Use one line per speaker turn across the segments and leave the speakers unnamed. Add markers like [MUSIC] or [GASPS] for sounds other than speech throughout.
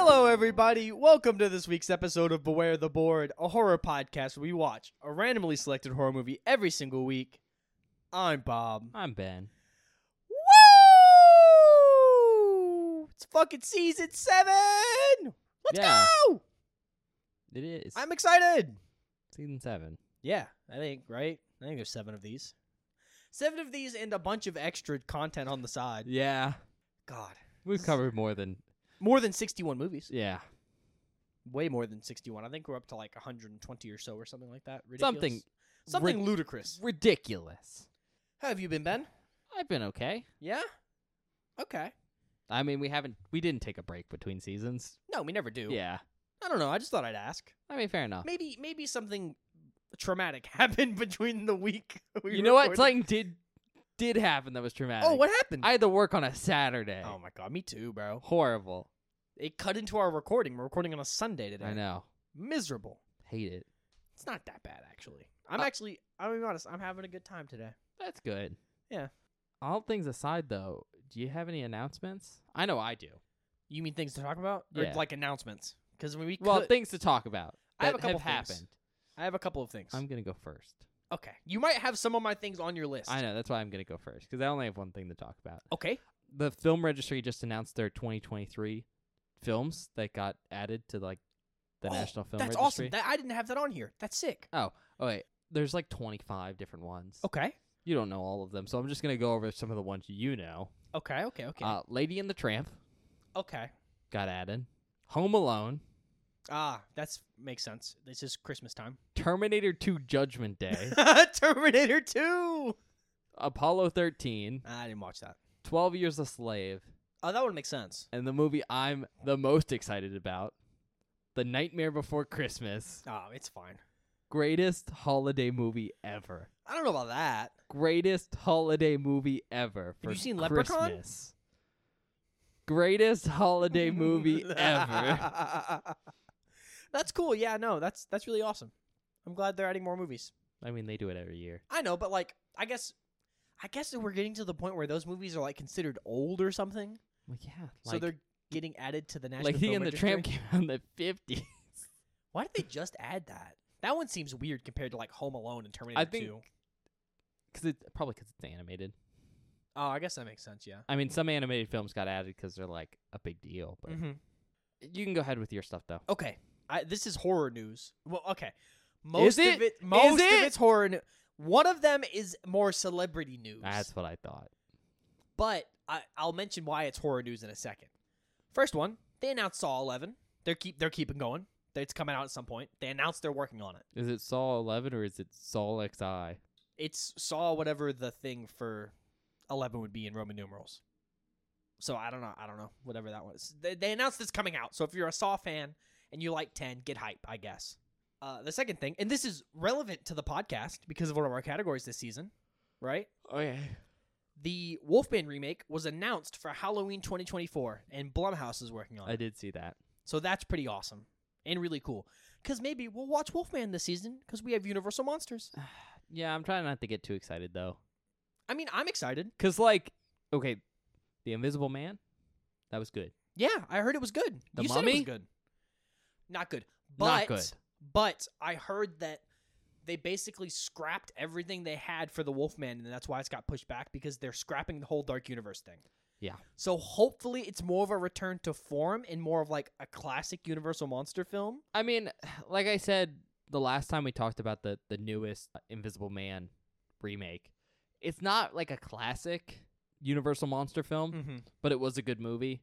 everybody. Welcome to this week's episode of Beware the Board, a horror podcast where we watch a randomly selected horror movie every single week. I'm Bob.
I'm Ben.
Woo! It's fucking season seven. Let's
Yeah.
go!
It is
I'm excited.
season seven.
Yeah, I think right. I think there's seven of these. Seven of these and a bunch of extra content on the side.
Yeah,
God,
we've
S-
covered more than
more than 61 movies.
yeah
Way more than 61. I think we're up to like 120 or so or something like that. Ridiculous.
Something
something
rid-
ludicrous.
ridiculous.
How have you been, Ben?
I've been okay.
Yeah. Okay.
I mean, we haven't we didn't take a break between seasons.
No, we never do.
Yeah, Uh.
I don't know. I just thought I'd ask.
I mean, fair enough.
Maybe maybe something traumatic [LAUGHS] happened between the week. [LAUGHS] We
you know what?
recorded.
Something did did happen that was traumatic.
Oh, what happened?
I had to work on a Saturday.
Oh my god, me too, bro.
Horrible.
It cut into our recording. We're recording on a Sunday today.
I know.
Miserable.
Hate it.
It's not that bad actually. I'm
Uh,
actually I'm being honest, I'm having a good time today.
That's good.
Yeah.
All things aside, though, do you have any announcements? I know I do.
You mean things to talk about? Or
Yeah.
like announcements? Because when we
Well,
could-
things to talk about
I have
that
a couple
have
things.
happened.
I have a couple of things.
I'm gonna go first.
okay. You might have some of my things on your list.
I know that's why I'm gonna go first because I only have one thing to talk about.
Okay.
The film registry just announced their 2023 films that got added to like the
Oh,
national film
That's
registry.
awesome. That I didn't have that on here. That's sick.
oh wait, there's like 25 different ones.
Okay.
You don't know all of them, so I'm just gonna go over some of the ones you know.
Okay, okay, okay.
Uh, Lady and the Tramp
okay.
got added. Home Alone,
Ah, that's makes sense. This is Christmas time.
Terminator 2: Judgment Day,
[LAUGHS] Terminator 2.
Apollo 13,
I didn't watch that.
12 Years a Slave,
Oh, that would make sense.
and the movie I'm the most excited about, The Nightmare Before Christmas.
Oh, it's fine.
Greatest holiday movie ever.
I don't know about that.
Greatest holiday movie ever. For
Have you seen
Christmas.
Leprechaun?
Greatest
[LAUGHS]
holiday movie ever.
that's cool. Yeah, no, that's that's really awesome. I'm glad they're adding more movies.
I mean, they do it every year.
I know, but like, I guess, I guess that we're getting to the point where those movies are like considered old or something.
Well, yeah.
so
like,
they're getting added to the national.
Lady
Film
and the
Registry.
Tramp came out in the 50s.
Why did they just add that? That one seems weird compared to like Home Alone and Terminator
I think-
2.
[LAUGHS] Cause it, probably because it's animated.
Oh, I guess that makes sense. Yeah.
I mean, some animated films got added because they're like a big deal. But
Mm-hmm.
you can go ahead with your stuff, though.
Okay. I, this is horror news. Well, okay. Most
it?
of it, most
it?
of it's horror. news. one of them is more celebrity news.
That's what I thought.
but I, I'll mention why it's horror news in a second. First one, they announced Saw 11. They're keep they're keeping going. It's coming out at some point. They announced they're working on it.
Is it Saw 11 or is it Saw XI?
It's Saw whatever the thing for 11 would be in Roman numerals. So I don't know. I don't know. Whatever that was. They, they announced it's coming out. So if you're a Saw fan and you like 10, get hype, I guess. Uh, the second thing, and this is relevant to the podcast because of one of our categories this season, right?
Okay.
The Wolfman remake was announced for Halloween 2024, and Blumhouse is working on it.
I did see that.
So that's pretty awesome and really cool. Because maybe we'll watch Wolfman this season because we have Universal Monsters.
Yeah, I'm trying not to get too excited, though.
I mean, I'm excited.
Cause like, okay, the Invisible Man, that was good.
Yeah, I heard it was good.
The
you said it
Mummy?
was good. Not good. But,
Not good.
But I heard that they basically scrapped everything they had for the Wolfman, and that's why it's got pushed back because they're scrapping the whole Dark Universe thing.
Yeah.
So hopefully it's more of a return to form and more of like a classic Universal monster film.
I mean, [SIGHS] like I said the last time we talked about the the newest Invisible Man remake, it's not like a classic Universal monster film,
Mm-hmm.
but it was a good movie.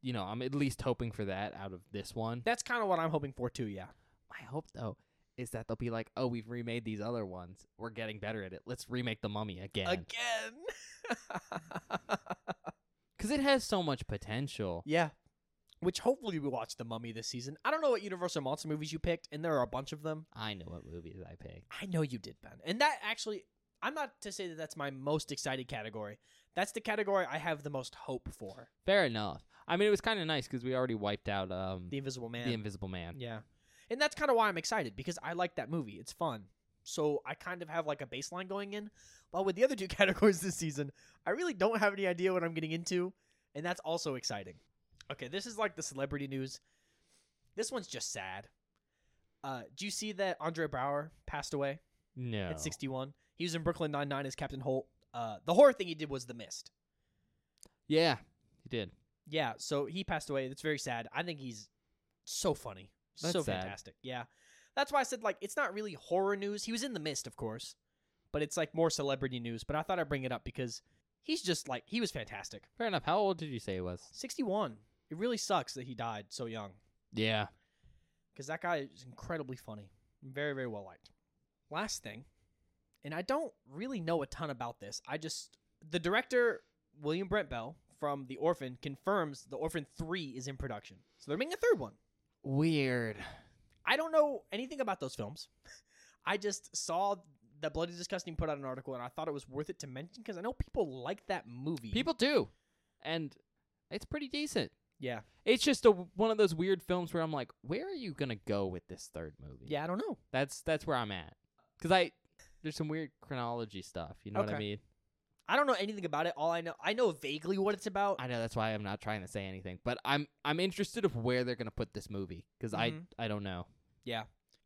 You know, I'm at least hoping for that out of this one.
That's kind of what I'm hoping for too. Yeah.
My hope though is that they'll be like, oh, we've remade these other ones. We're getting better at it. Let's remake the Mummy again
Again. [LAUGHS]
because it has so much potential.
Yeah. Which hopefully we watch The Mummy this season. I don't know what Universal Monster movies you picked, and there are a bunch of them.
I know what movies I picked.
I know you did, Ben. And that actually, I'm not to say that that's my most excited category. That's the category I have the most hope for
Fair enough. I mean, it was kind of nice because we already wiped out um,
The Invisible Man.
The Invisible Man.
yeah. And that's kind of why I'm excited because I like that movie. It's fun. So I kind of have like a baseline going in. While with the other [LAUGHS] two categories this season, I really don't have any idea what I'm getting into. And that's also exciting. Okay, this is like the celebrity news. This one's just sad. Uh, do you see that Andre Brower passed away?
No.
at 61. He was in Brooklyn Nine Nine as Captain Holt. Uh, the horror thing he did was The Mist.
Yeah, he did.
Yeah, so he passed away. That's very sad. I think he's so funny,
That's
so
sad.
fantastic. Yeah, that's why I said like it's not really horror news. He was in The Mist, of course, but it's like more celebrity news. But I thought I'd bring it up because he's just like he was fantastic.
Fair enough. How old did you say he was?
61. It really sucks that he died so young
Yeah.
because that guy is incredibly funny, very very well liked. Last thing, and I don't really know a ton about this. I just the director William Brent Bell from The Orphan confirms The Orphan Three is in production, so they're making a third one.
Weird.
I don't know anything about those films. [LAUGHS] I just saw that Bloody Disgusting put out an article, and I thought it was worth it to mention because I know people like that movie.
People do, and it's pretty decent.
yeah,
It's just a one of those weird films where I'm like, where are you gonna go with this third movie?
yeah, I don't know.
That's that's where I'm at. Cause I there's some weird chronology stuff. You know what I
Okay.
mean?
I don't know anything about it. All I know, I know vaguely what it's about.
I know that's why I'm not trying to say anything, but I'm I'm interested of where they're gonna put this movie because
Mhm.
I I don't know.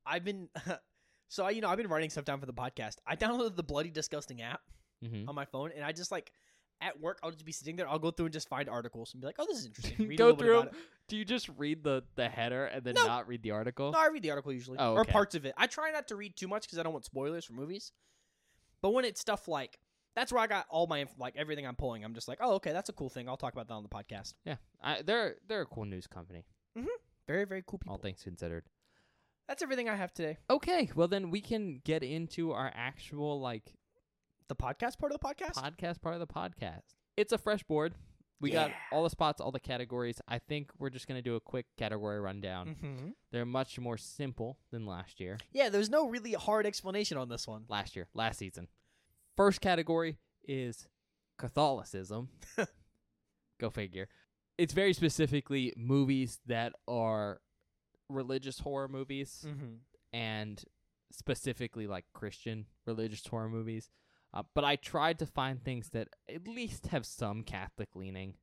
I've been [LAUGHS] so I, you know I've been writing stuff down for the podcast. I downloaded the bloody disgusting app
Mm-hmm.
on my phone, and I just like at work I'll just be sitting there. I'll go through and just find articles and be like, oh, this is
[LAUGHS]
interesting. Read a
Go
little bit
through.
about
'em. Do you just read the the header and then
No.
not read the article?
it. No, I read the article usually
Oh,
or
okay.
parts of it. I try not to read too much because I don't want spoilers for movies. But when it's stuff like that's where I got all my inf- like everything I'm pulling. I'm just like, oh, okay, that's a cool thing. I'll talk about that on the podcast.
Yeah, I, they're they're a cool news company.
Very very cool
All
people.
things considered.
That's everything I have today.
Okay, well then we can get into our actual like
The podcast part of the podcast.
podcast part of the podcast. It's a fresh board. We got
Yeah.
all the spots, all the categories. I think we're just gonna do a quick category rundown.
mm-hmm.
They're much more simple than last year.
Yeah, there's no really hard explanation on this one.
last year, last season. First category is Catholicism. Go figure. It's very specifically movies that are religious horror movies
Mm-hmm.
and specifically like Christian religious horror movies. Uh, but I tried to find things that at least have some Catholic leaning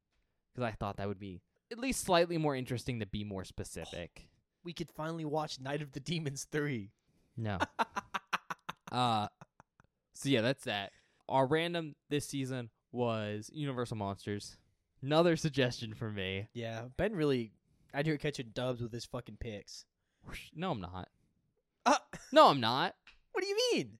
because I thought that would be at least slightly more interesting to be more specific.
we could finally watch Night of the Demons 3.
No. [LAUGHS] uh so yeah, that's that. Our random this season was Universal Monsters. Another suggestion for me.
Yeah, Ben really out here catching dubs with his fucking picks.
No, I'm not.
Uh,
[LAUGHS] No, I'm not.
what do you mean?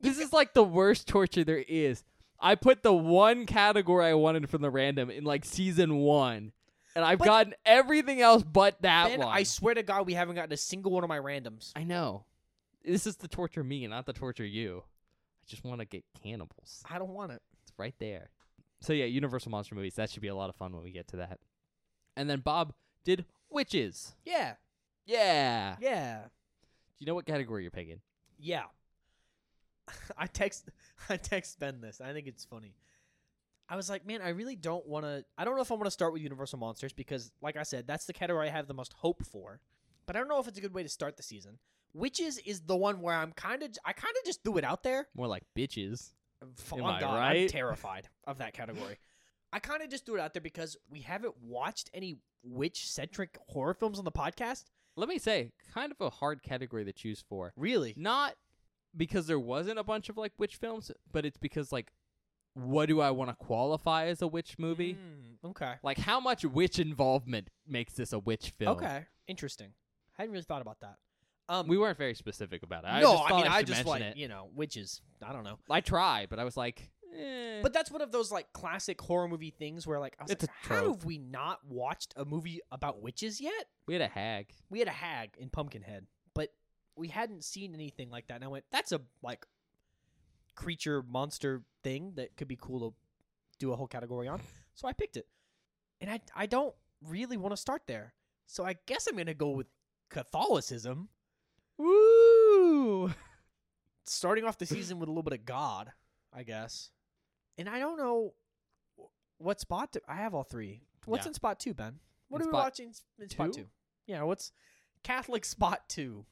This is like the worst torture there is. I put the one category I wanted from the random in like season one, and I've
But-
gotten everything else but that
ben,
one.
I swear to God, we haven't gotten a single one of my randoms.
I know. This is to torture me, not to torture you. I just want to get cannibals.
I don't want it.
It's right there. So yeah, Universal Monster movies. That should be a lot of fun when we get to that. And then Bob did witches.
Yeah,
Yeah. Do
yeah,
you know what category you're picking?
yeah. [LAUGHS] I text, [LAUGHS] I text Ben this. I think it's funny. I was like, man, I really don't want to. I don't know if I want to start with Universal Monsters because, like I said, that's the category I have the most hope for. But I don't know if it's a good way to start the season. Witches is the one where I'm kind of, I kind of just threw it out there.
More like bitches.
F-
Am
on
I
God, I'm
right?
terrified of that category. I kind of just threw it out there because we haven't watched any witch centric horror films on the podcast.
Let me say, kind of a hard category to choose for.
Really?
Not because there wasn't a bunch of like witch films, but it's because like what do I want to qualify as a witch movie?
Mm, okay.
Like how much witch involvement makes this a witch film?
Okay. Interesting. I hadn't really thought about that. Um,
We weren't very specific about it. I
no,
just
I
thought
mean,
I,
I
should
just
mention
like,
it.
you know, witches. I don't know.
I tried, but I was like, eh.
But that's one of those like classic horror movie things where like I was
It's
like,
a
how
trope.
have we not watched a movie about witches yet?
we had a hag.
we had a hag in Pumpkinhead, but we hadn't seen anything like that. And I went, that's a like creature monster thing that could be cool to do a whole category on. So I picked it, and I I don't really want to start there. So I guess I'm gonna go with Catholicism,
Woo!
starting
[LAUGHS]
off the season with a little bit of God, I guess. And I don't know wh- what spot do, I have all three. What's
Yeah.
in spot two, Ben? What
In
are we
spot
watching s- in spot
two?
two? Yeah, what's Catholic spot two?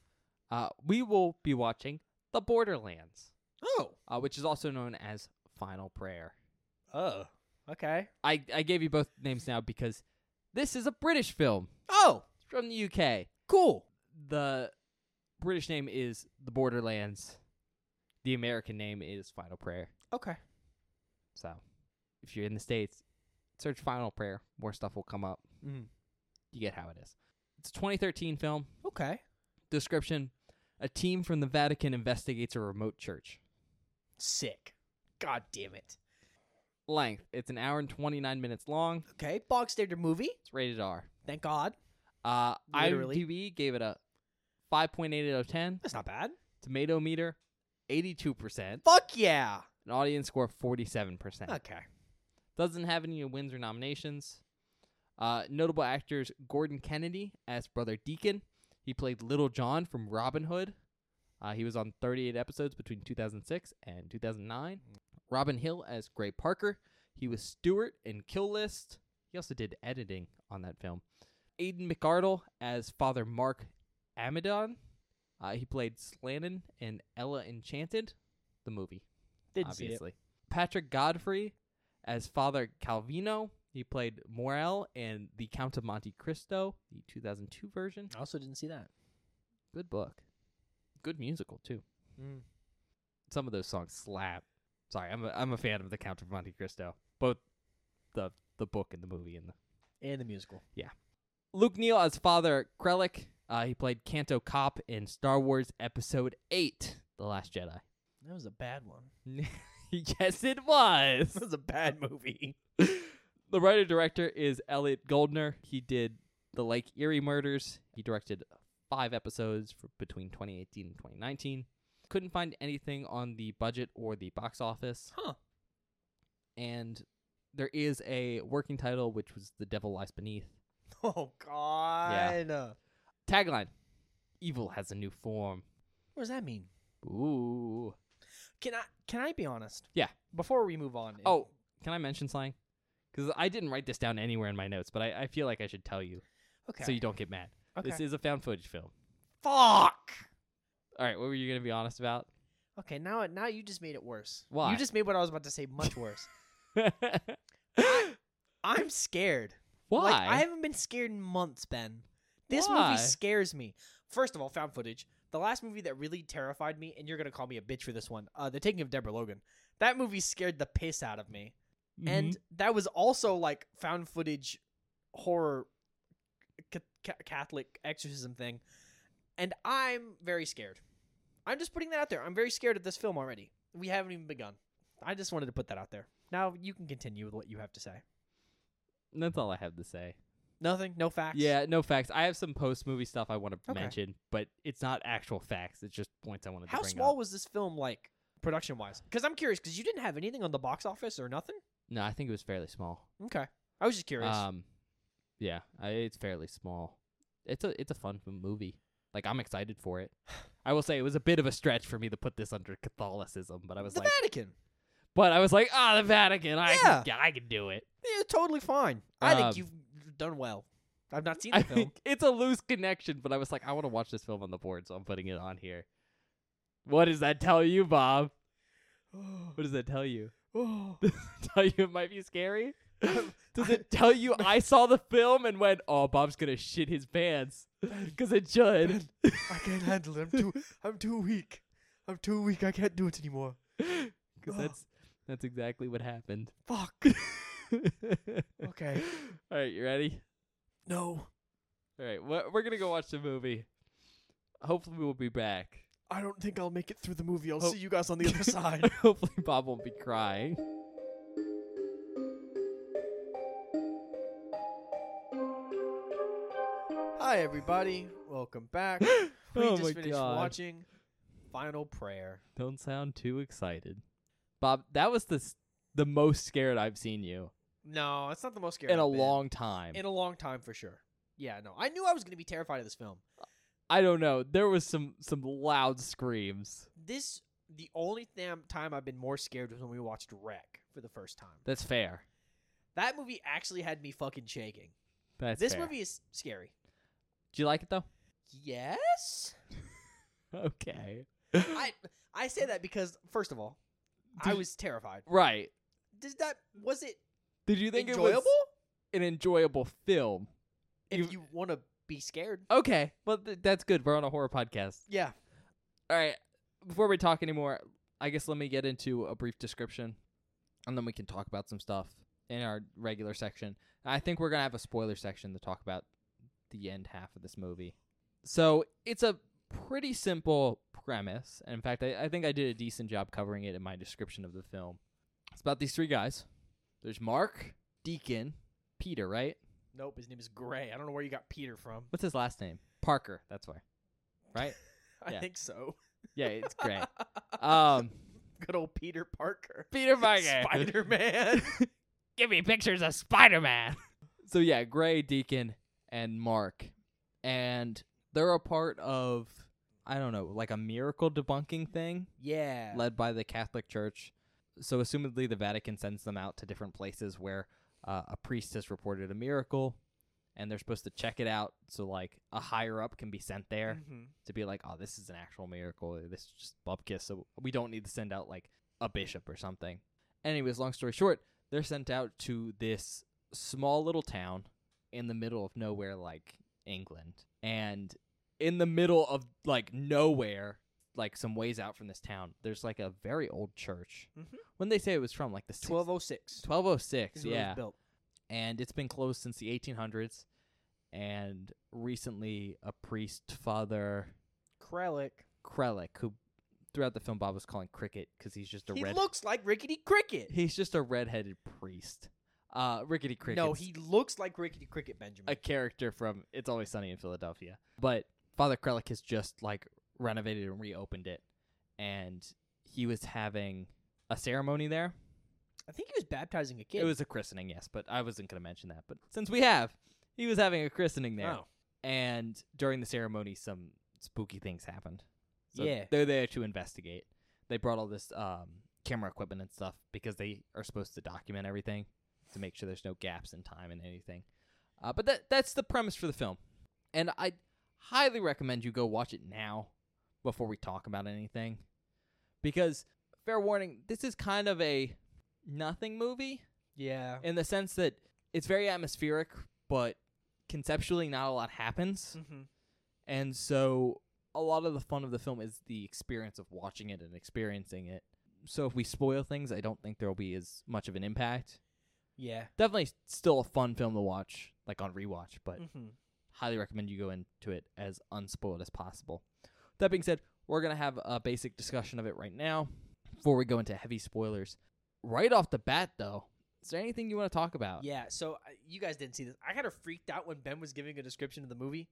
Uh, we will be watching The Borderlands,
Oh,
uh, which is also known as Final Prayer.
Oh, okay.
I, I gave you both names now because this is a British film
Oh,
It's from the UK.
cool.
The British name is The Borderlands. The American name is Final Prayer.
Okay.
So if you're in the States, search Final Prayer. More stuff will come up.
Mm.
You get how it is. It's a 2013 film.
Okay.
Description A team from the Vatican investigates a remote church.
Sick. God damn it.
Length It's an hour and 29 minutes long.
Okay. Bog standard movie.
It's rated R.
Thank God.
Uh,
Literally.
IMDb gave it a 5.8 out of 10.
That's not bad.
Tomato meter, 82%.
Fuck yeah.
An audience score, 47%.
Okay.
Doesn't have any wins or nominations. Uh, notable actors Gordon Kennedy as Brother Deacon. He played Little John from Robin Hood. Uh, he was on 38 episodes between 2006 and 2009. Robin Hill as Gray Parker. He was Stewart in Kill List. He also did editing on that film. Aidan McArdle as Father Mark Amadon. Uh, he played Slannon in Ella Enchanted, the movie
Didn't see it.
obviously. Patrick Godfrey as Father Calvino. He played Morel in The Count of Monte Cristo, the 2002 version.
I also didn't see that.
Good book. Good musical, too.
Mm.
Some of those songs slap. Sorry, I'm a, I'm a fan of The Count of Monte Cristo, both the the book and the movie and the
And the musical.
Luke Neal as Father Krellick. Uh, he played Canto Cop in Star Wars Episode 8, The Last Jedi. [LAUGHS]
That was a bad one.
yes, it
[LAUGHS]
was.
That was a [LAUGHS] bad movie.
the writer director is Elliot Goldner. He did the Lake Erie murders. He directed five episodes for between 2018 and 2019. Couldn't find anything on the budget or the box office.
Huh.
And there is a working title, which was The Devil Lies Beneath.
Oh God.
Tagline Evil has a new form.
What does that mean?
Ooh.
Can I can I be honest?
Yeah.
Before we move on.
Oh, can I mention slang? Because I didn't write this down anywhere in my notes, but I, I feel like I should tell you
okay.
so you don't get mad.
okay.
This is a found footage film.
Fuck.
All right, what were you going to be
[LAUGHS]
honest about?
Okay, now it- now you just made it worse.
Why?
You just made what I was about to say much [LAUGHS] worse. I'm scared.
Why?
Like, I haven't been scared in months, Ben. This
Why?
movie scares me. First of all, found footage. The last movie that really terrified me, and you're gonna call me a bitch for this one, uh, The Taking of Deborah Logan. That movie scared the piss out of me,
Mm-hmm.
and that was also like found footage horror ca- ca- Catholic exorcism thing. And I'm very scared. I'm just putting that out there. I'm very scared of this film already. We haven't even begun. I just wanted to put that out there. Now you can continue with what you have to say.
Mhm. that's all I have to say.
Nothing, no facts.
Yeah, no facts. I have some post movie stuff I want to
Okay.
mention, but it's not actual facts. It's just points I wanted
How
to bring
small
up.
was this film like production wise? Because I'm curious because you didn't have anything on the box office or nothing.
No, I think it was fairly small.
Okay, I was just curious.
Um, yeah, I, it's fairly small. It's a it's a fun m- movie. Like I'm excited for it. I will say it was a bit of a stretch for me to put this under Catholicism, but I was
the
like,
Vatican,
but I was like, ah, the Vatican. I can, I can do it.
yeah, totally fine. I
Um,
think you've done well. I've
[LAUGHS]
not seen the
I
film.
think it's a loose connection, but I was like, I want to watch this film on the board, so I'm putting it on here. What does that tell you, Bob? [LAUGHS] What does that tell you? Does it tell you it might be scary? Does it
[LAUGHS]
tell you I saw the film and went, oh, Bob's gonna shit
[LAUGHS]
his pants? Because it should.
I can't handle it. I'm too. I'm too weak. I'm too weak. I can't do it anymore.
Because that's that's exactly what happened. [LAUGHS]
Fuck. Okay.
All right, you ready?
No,
All right, wh- we're gonna go watch the movie. Hopefully, we'll be back.
[LAUGHS]
[LAUGHS]
I don't think I'll make it through the movie. I'll
Oh.
see you guys on the
[LAUGHS]
other side.
Hopefully, Bob won't be crying.
Hi everybody. Welcome
[GASPS]
back. We
Oh my
just finished
God.
watching Final Prayer.
Don't sound too excited. Bob, that was the s- the most scared I've seen you
No, it's not the most scary.
in a
I've been.
long time.
in a long time for sure. Yeah, no, I knew I was gonna be terrified of this film.
I don't know. There was some some loud screams.
This the only damn time I've been more scared was when we watched Wreck for the first time.
That's fair.
That movie actually had me fucking shaking.
That's
this
fair.
movie is scary.
Do you like it though? [LAUGHS]
Yes,
Okay.
I I say that because first of all, I
Did-
was terrified.
Right.
Does that was it
Did you think
enjoyable?
it was an enjoyable film?
if
you-
you, want to be scared.
Okay, well th- that's good. We're on a horror podcast.
Yeah.
All right. Before we talk anymore, I guess let me get into a brief description, and then we can talk about some stuff in our regular section. I think we're gonna have a spoiler section to talk about the end half of this movie. So it's a pretty simple premise. and In fact, I, I think I did a decent job covering it in my description of the film. It's about these three guys. There's Mark, Deacon, Peter, right?
Nope. His name is Gray. I don't know where you got Peter from. [LAUGHS]
What's his last name? Parker. That's why. Right?
I
Yeah.
think so.
Yeah, it's great. Um,
Good old Peter Parker.
Peter
Spider
[LAUGHS]
Man.
Give me pictures of Spider Man. So yeah, Gray, Deacon, and Mark, and they're a part of I don't know, like a miracle debunking thing
yeah.
led by the Catholic Church. So assumedly, the Vatican sends them out to different places where uh, a priest has reported a miracle, and they're supposed to check it out. So like a higher up can be sent there
Mhm.
to be like, oh, this is an actual miracle. This is just bupkis. So we don't need to send out like a bishop or something. Anyways, long story short, they're sent out to this small little town in the middle of nowhere, like England. And in the middle of like nowhere, like some ways out from this town, there's like a very old church.
Mhm.
When they say it was from like the 12-
1206.
1206,
is when it was
yeah
built.
and it's been closed since the 1800s. And recently, a priest, Father
Krellick.
Krellick, who throughout the film Bob was calling Cricket because he's just a
He
red.
looks like Rickety Cricket.
he's just a redheaded priest. Uh, Rickety Cricket.
No, he looks like Rickety Cricket Benjamin.
a character from It's Always Sunny in Philadelphia. But Father Krellick has just like renovated and reopened it, and he was having a ceremony there.
I think he was baptizing a kid.
It was a christening, yes, but I wasn't going to mention that. But since we have, he was having a christening there.
Oh.
and during the ceremony some spooky things happened so
Yeah.
they're there to investigate they brought all this um, camera equipment and stuff because they are supposed to document everything to make sure there's no gaps in time and anything uh, but that that's the premise for the film and i highly recommend you go watch it now before we talk about anything because fair warning this is kind of a nothing movie
Yeah.
in the sense that it's very atmospheric but conceptually not a lot happens
Mm-hmm.
and so a lot of the fun of the film is the experience of watching it and experiencing it. So if we spoil things, I don't think there'll be as much of an impact.
Yeah.
Definitely still a fun film to watch, like on rewatch, but
Mm-hmm.
highly recommend you go into it as unspoiled as possible. That being said, we're going to have a basic discussion of it right now before we go into heavy spoilers. Right off the bat, though, is there anything you want to talk about?
Yeah. So uh, you guys didn't see this. I kind of freaked out when Ben was giving a description of the movie.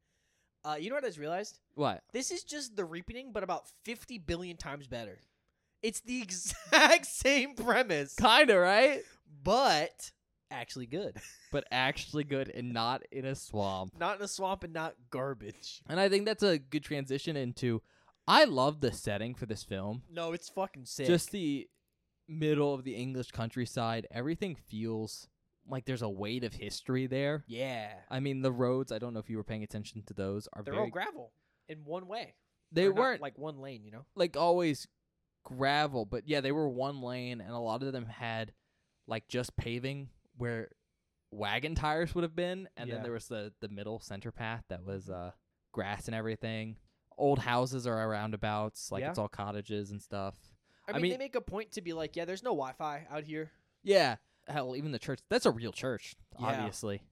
Uh, you know what I just realized?
What?
This is just the reapening, but about fifty billion times better. It's the [LAUGHS] exact same premise,
Kind of, right?
but actually good. [LAUGHS]
But actually good and not in a swamp.
Not in a swamp and not garbage.
And I think that's a good transition into I love the setting for this film.
No, it's fucking sick.
Just the middle of the English countryside. Everything feels like there's a weight of history there.
yeah,
I mean, the roads, I don't know if you were paying attention to those, are
they're
very
all gravel in one way.
they
Or not,
weren't
like one lane, you know.
like always gravel, but yeah, they were one lane and a lot of them had like just paving where wagon tires would have been and
Yeah.
then there was the the middle center path that was uh grass and everything. Old houses are roundabouts, like
Yeah.
it's all cottages and stuff.
I
I
mean, they
mean-
make a point to be like, yeah, there's no Wi-Fi out here.
Yeah. Hell, even the church that's a real church,
Yeah.
obviously. I'm-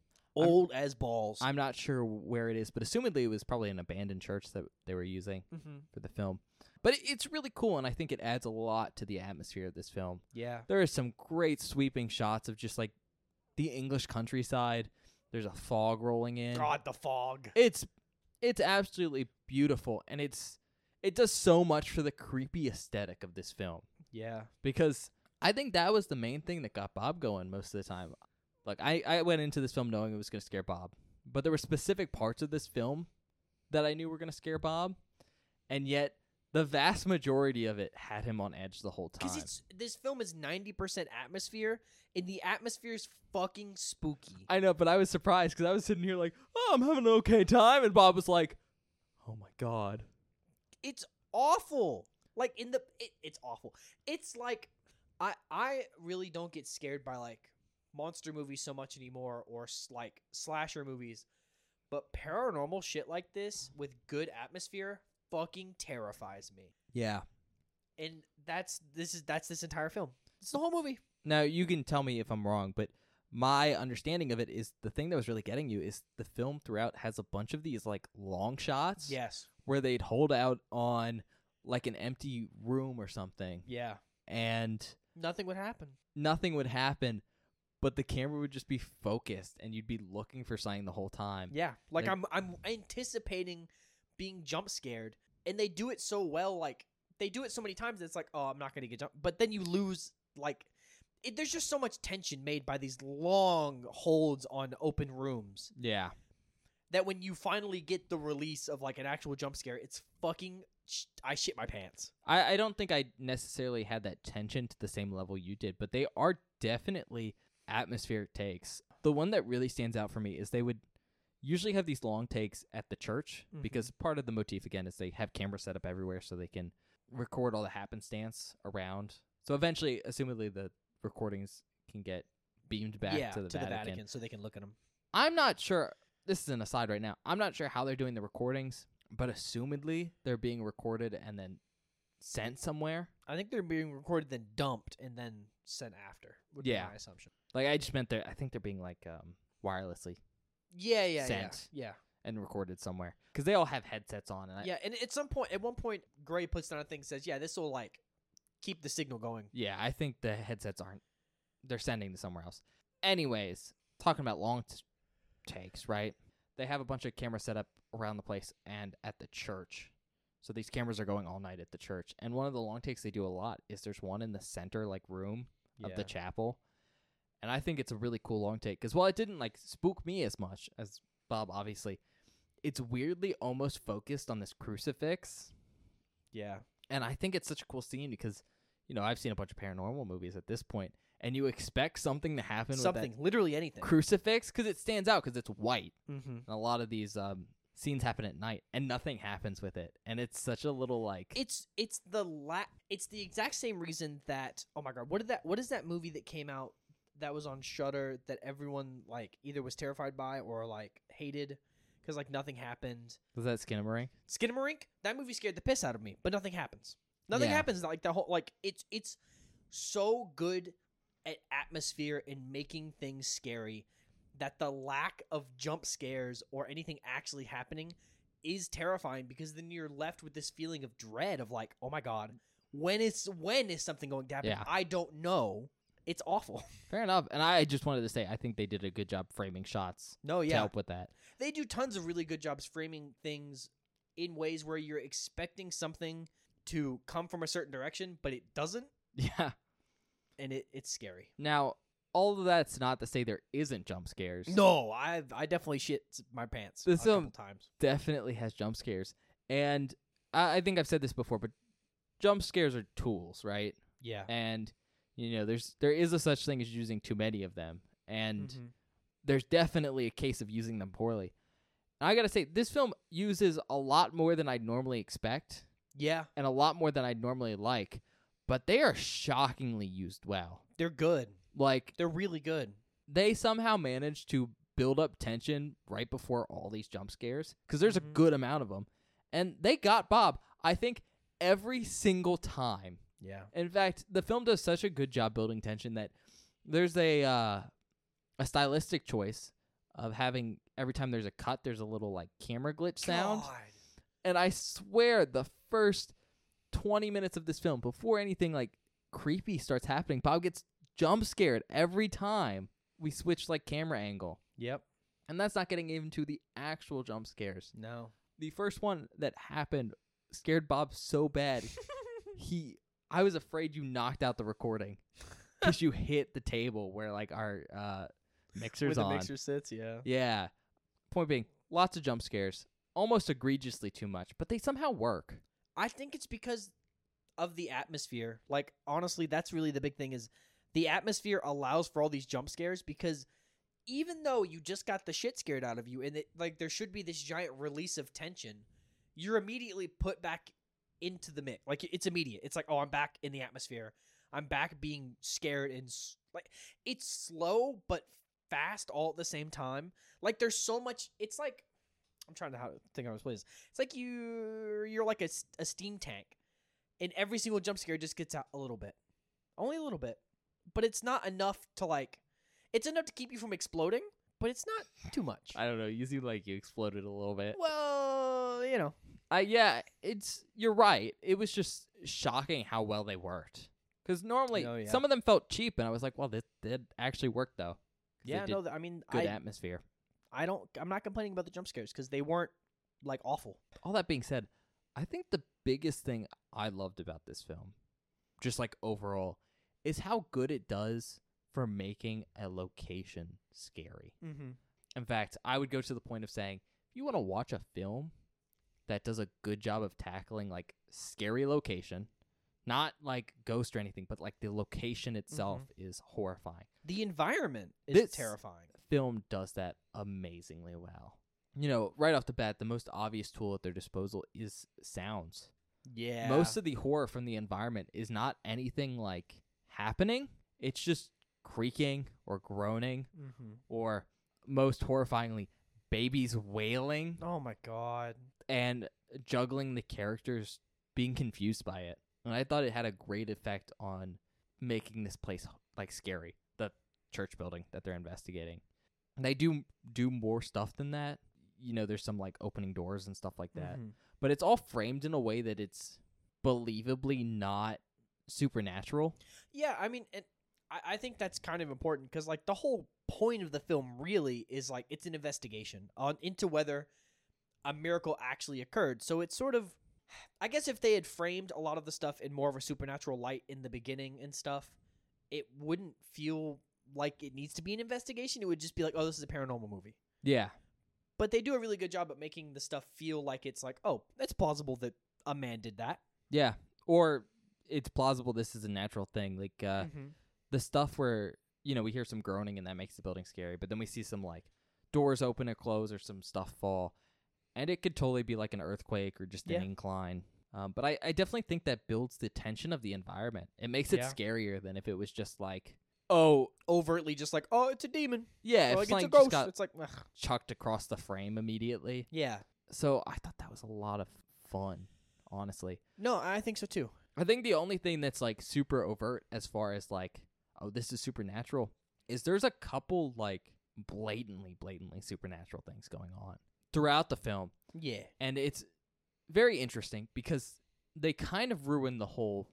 Old as balls.
I'm not sure where it is, but assumedly it was probably an abandoned church that they were using
mm-hmm.
for the film. But it- it's really cool and I think it adds a lot to the atmosphere of this film.
Yeah.
there is some great sweeping shots of just like the English countryside. There's a fog rolling in.
God, the fog.
It's it's absolutely beautiful and it's it does so much for the creepy aesthetic of this film
Yeah.
because I think that was the main thing that got Bob going most of the time. Like I I went into this film knowing it was going to scare Bob, but there were specific parts of this film that I knew were going to scare Bob and yet the vast majority of it had him on edge the whole time.
Because it's this film is ninety percent atmosphere, and the atmosphere is fucking spooky.
I know, but I was surprised because I was sitting here like, oh, I'm having an okay time. And Bob was like, oh my God.
it's awful. Like in the, it, it's awful. It's like I I really don't get scared by like monster movies so much anymore, or s- like slasher movies. But paranormal shit like this with good atmosphere fucking terrifies me.
Yeah.
And that's this is that's this entire film. It's the whole movie.
Now you can tell me if I'm wrong, but my understanding of it is the thing that was really getting you is the film throughout has a bunch of these like long shots
Yes.
where they'd hold out on like an empty room or something
Yeah.
and
Nothing would happen.
nothing would happen but the camera would just be focused and you'd be looking for something the whole time.
Yeah, like,
Like-
I'm I'm anticipating being jump scared, and they do it so well. Like they do it so many times, that it's like, oh, I'm not gonna get jumped. But then you lose like. It, there's just so much tension made by these long holds on open rooms
Yeah.
that when you finally get the release of like an actual jump scare, it's fucking. Sh- I shit my pants.
I, I don't think I necessarily had that tension to the same level you did, but they are definitely atmospheric takes. The one that really stands out for me is they would usually have these long takes at the church
Mhm.
because part of the motif, again, is they have cameras set up everywhere so they can record all the happenstance around. So eventually, assumedly, the recordings can get beamed back
yeah,
to, the, Vatican.
so they can look at them.
I'm not sure. This is an aside right now. I'm not sure how they're doing the recordings, but assumedly, they're being recorded and then sent somewhere.
I think they're being recorded, then dumped, and then sent after. Would
Yeah.
be my assumption.
Like I just meant they're I think they're being like um wirelessly
Yeah, yeah,
Sent.
yeah, yeah.
and recorded somewhere because they all have headsets on. And I,
Yeah, and at some point, at one point, Gray puts down a thing and says, "Yeah, this will like keep the signal going."
yeah, I think the headsets aren't. They're sending to somewhere else. Anyways, talking about long t- takes, right? They have a bunch of cameras set up around the place and at the church. So these cameras are going all night at the church. And one of the long takes they do a lot is there's one in the center like room of the chapel. And I think it's a really cool long take because while it didn't like spook me as much as Bob, obviously, it's weirdly almost focused on this crucifix.
yeah,
And I think it's such a cool scene because, you know, I've seen a bunch of paranormal movies at this point, and you expect something to happen
something,
with
literally anything.
that crucifix because it stands out because it's white.
mm-hmm.
And a lot of these um, scenes happen at night, and nothing happens with it. And it's such a little like.
It's it's the la- it's the exact same reason that oh my god, what did that what is that movie that came out that was on Shudder that everyone like either was terrified by or like hated because like nothing happened.
was that Skinnamarink?
Skinamarink, that movie scared the piss out of me, but nothing happens. Nothing
Yeah.
happens. Like the whole like it's it's so good at atmosphere and making things scary that the lack of jump scares or anything actually happening is terrifying because then you're left with this feeling of dread of like, oh my god, when is when is something going to happen?
Yeah.
I don't know. It's awful. [LAUGHS]
Fair enough. And I just wanted to say, I think they did a good job framing shots
No,
to
yeah.
help with that. [LAUGHS]
they do tons of really good jobs framing things in ways where you're expecting something to come from a certain direction, but it doesn't,
Yeah.
and it, it's scary.
Now, all of that's not to say there isn't jump scares.
No, I I definitely shit my pants
This,
a
um,
couple times.
Definitely has jump scares. And I, I think I've said this before, but jump scares are tools, right?
Yeah,
And you know, there's there is a such thing as using too many of them. And
Mm-hmm.
there's definitely a case of using them poorly. And I gotta say, this film uses a lot more than I'd normally expect
yeah,
and a lot more than I'd normally like, but they are shockingly used well.
they're good.
Like
They're really good.
they somehow manage to build up tension right before all these jump scares because there's
Mhm.
a good amount of them and they got bob i think every single time
Yeah,
in fact the film does such a good job building tension that there's a uh, a stylistic choice of having every time there's a cut there's a little like camera glitch sound
God.
and i swear the first 20 minutes of this film before anything like creepy starts happening bob gets jump scared every time we switch like camera angle
Yep.
and that's not getting even to the actual jump scares
No.
the first one that happened scared bob so bad he i was afraid you knocked out the recording because [LAUGHS] you hit the table where like our uh mixer's on
sits, yeah.
yeah point being lots of jump scares almost egregiously too much but they somehow work
I think it's because of the atmosphere. Like honestly, that's really the big thing is the atmosphere allows for all these jump scares because even though you just got the shit scared out of you and it, like there should be this giant release of tension, you're immediately put back into the mix. Like it's immediate. It's like, "Oh, I'm back in the atmosphere. I'm back being scared and s- like it's slow but fast all at the same time." Like there's so much it's like I'm trying to how, think how to explain this. It's like you you're like a, s- a steam tank, and every single jump scare just gets out a little bit, only a little bit, but it's not enough to like. It's enough to keep you from exploding, but it's not too much.
I don't know. You seem like you exploded a little bit.
well, you know,
I yeah, it's you're right. It was just shocking how well they worked. Because normally
Oh, yeah.
some of them felt cheap, and I was like, well, this did actually work though. 'Cause they
yeah.
did
No, th- I mean,
good
I
atmosphere.
I don't. I'm not complaining about the jump scares because they weren't like awful.
All that being said, I think the biggest thing I loved about this film, just like overall, is how good it does for making a location scary.
Mm-hmm.
In fact, I would go to the point of saying, if you want to watch a film that does a good job of tackling like scary location, not like ghost or anything, but like the location itself is horrifying.
The environment is
This-
terrifying.
Film does that amazingly well. You know, right off the bat, the most obvious tool at their disposal is sounds.
Yeah.
Most of the horror from the environment is not anything like happening. It's just creaking or groaning
mm-hmm.
or most horrifyingly babies wailing
Oh my god.
and juggling the characters being confused by it. And I thought it had a great effect on making this place like scary, the church building that they're investigating. And They do do more stuff than that. You know, there's some like opening doors and stuff like that.
Mhm.
But it's all framed in a way that it's believably not supernatural.
Yeah, I mean, and I, I think that's kind of important because like the whole point of the film really is like it's an investigation on into whether a miracle actually occurred. So it's sort of, I guess, if they had framed a lot of the stuff in more of a supernatural light in the beginning and stuff, it wouldn't feel like it needs to be an investigation. It would just be like, oh, this is a paranormal movie.
Yeah.
But they do a really good job at making the stuff feel like it's like, oh, it's plausible that a man did that.
Yeah. Or it's plausible this is a natural thing. Like uh the stuff where you know we hear some groaning and that makes the building scary, but then we see some like doors open or close or some stuff fall, and it could totally be like an earthquake or just
Yeah.
an incline. Um, but I, I definitely think that builds the tension of the environment. It makes it
Yeah.
scarier than if it was just like oh
Overtly, just like, oh, it's a demon.
yeah,
Or, like,
if
it's a
something
ghost.
just got
It's like, ugh.
chucked across the frame immediately.
yeah.
So I thought that was a lot of fun, honestly.
No, I think so too.
I think the only thing that's like super overt as far as like, oh, this is supernatural is there's a couple like blatantly, blatantly supernatural things going on throughout the film.
Yeah.
And it's very interesting because they kind of ruin the whole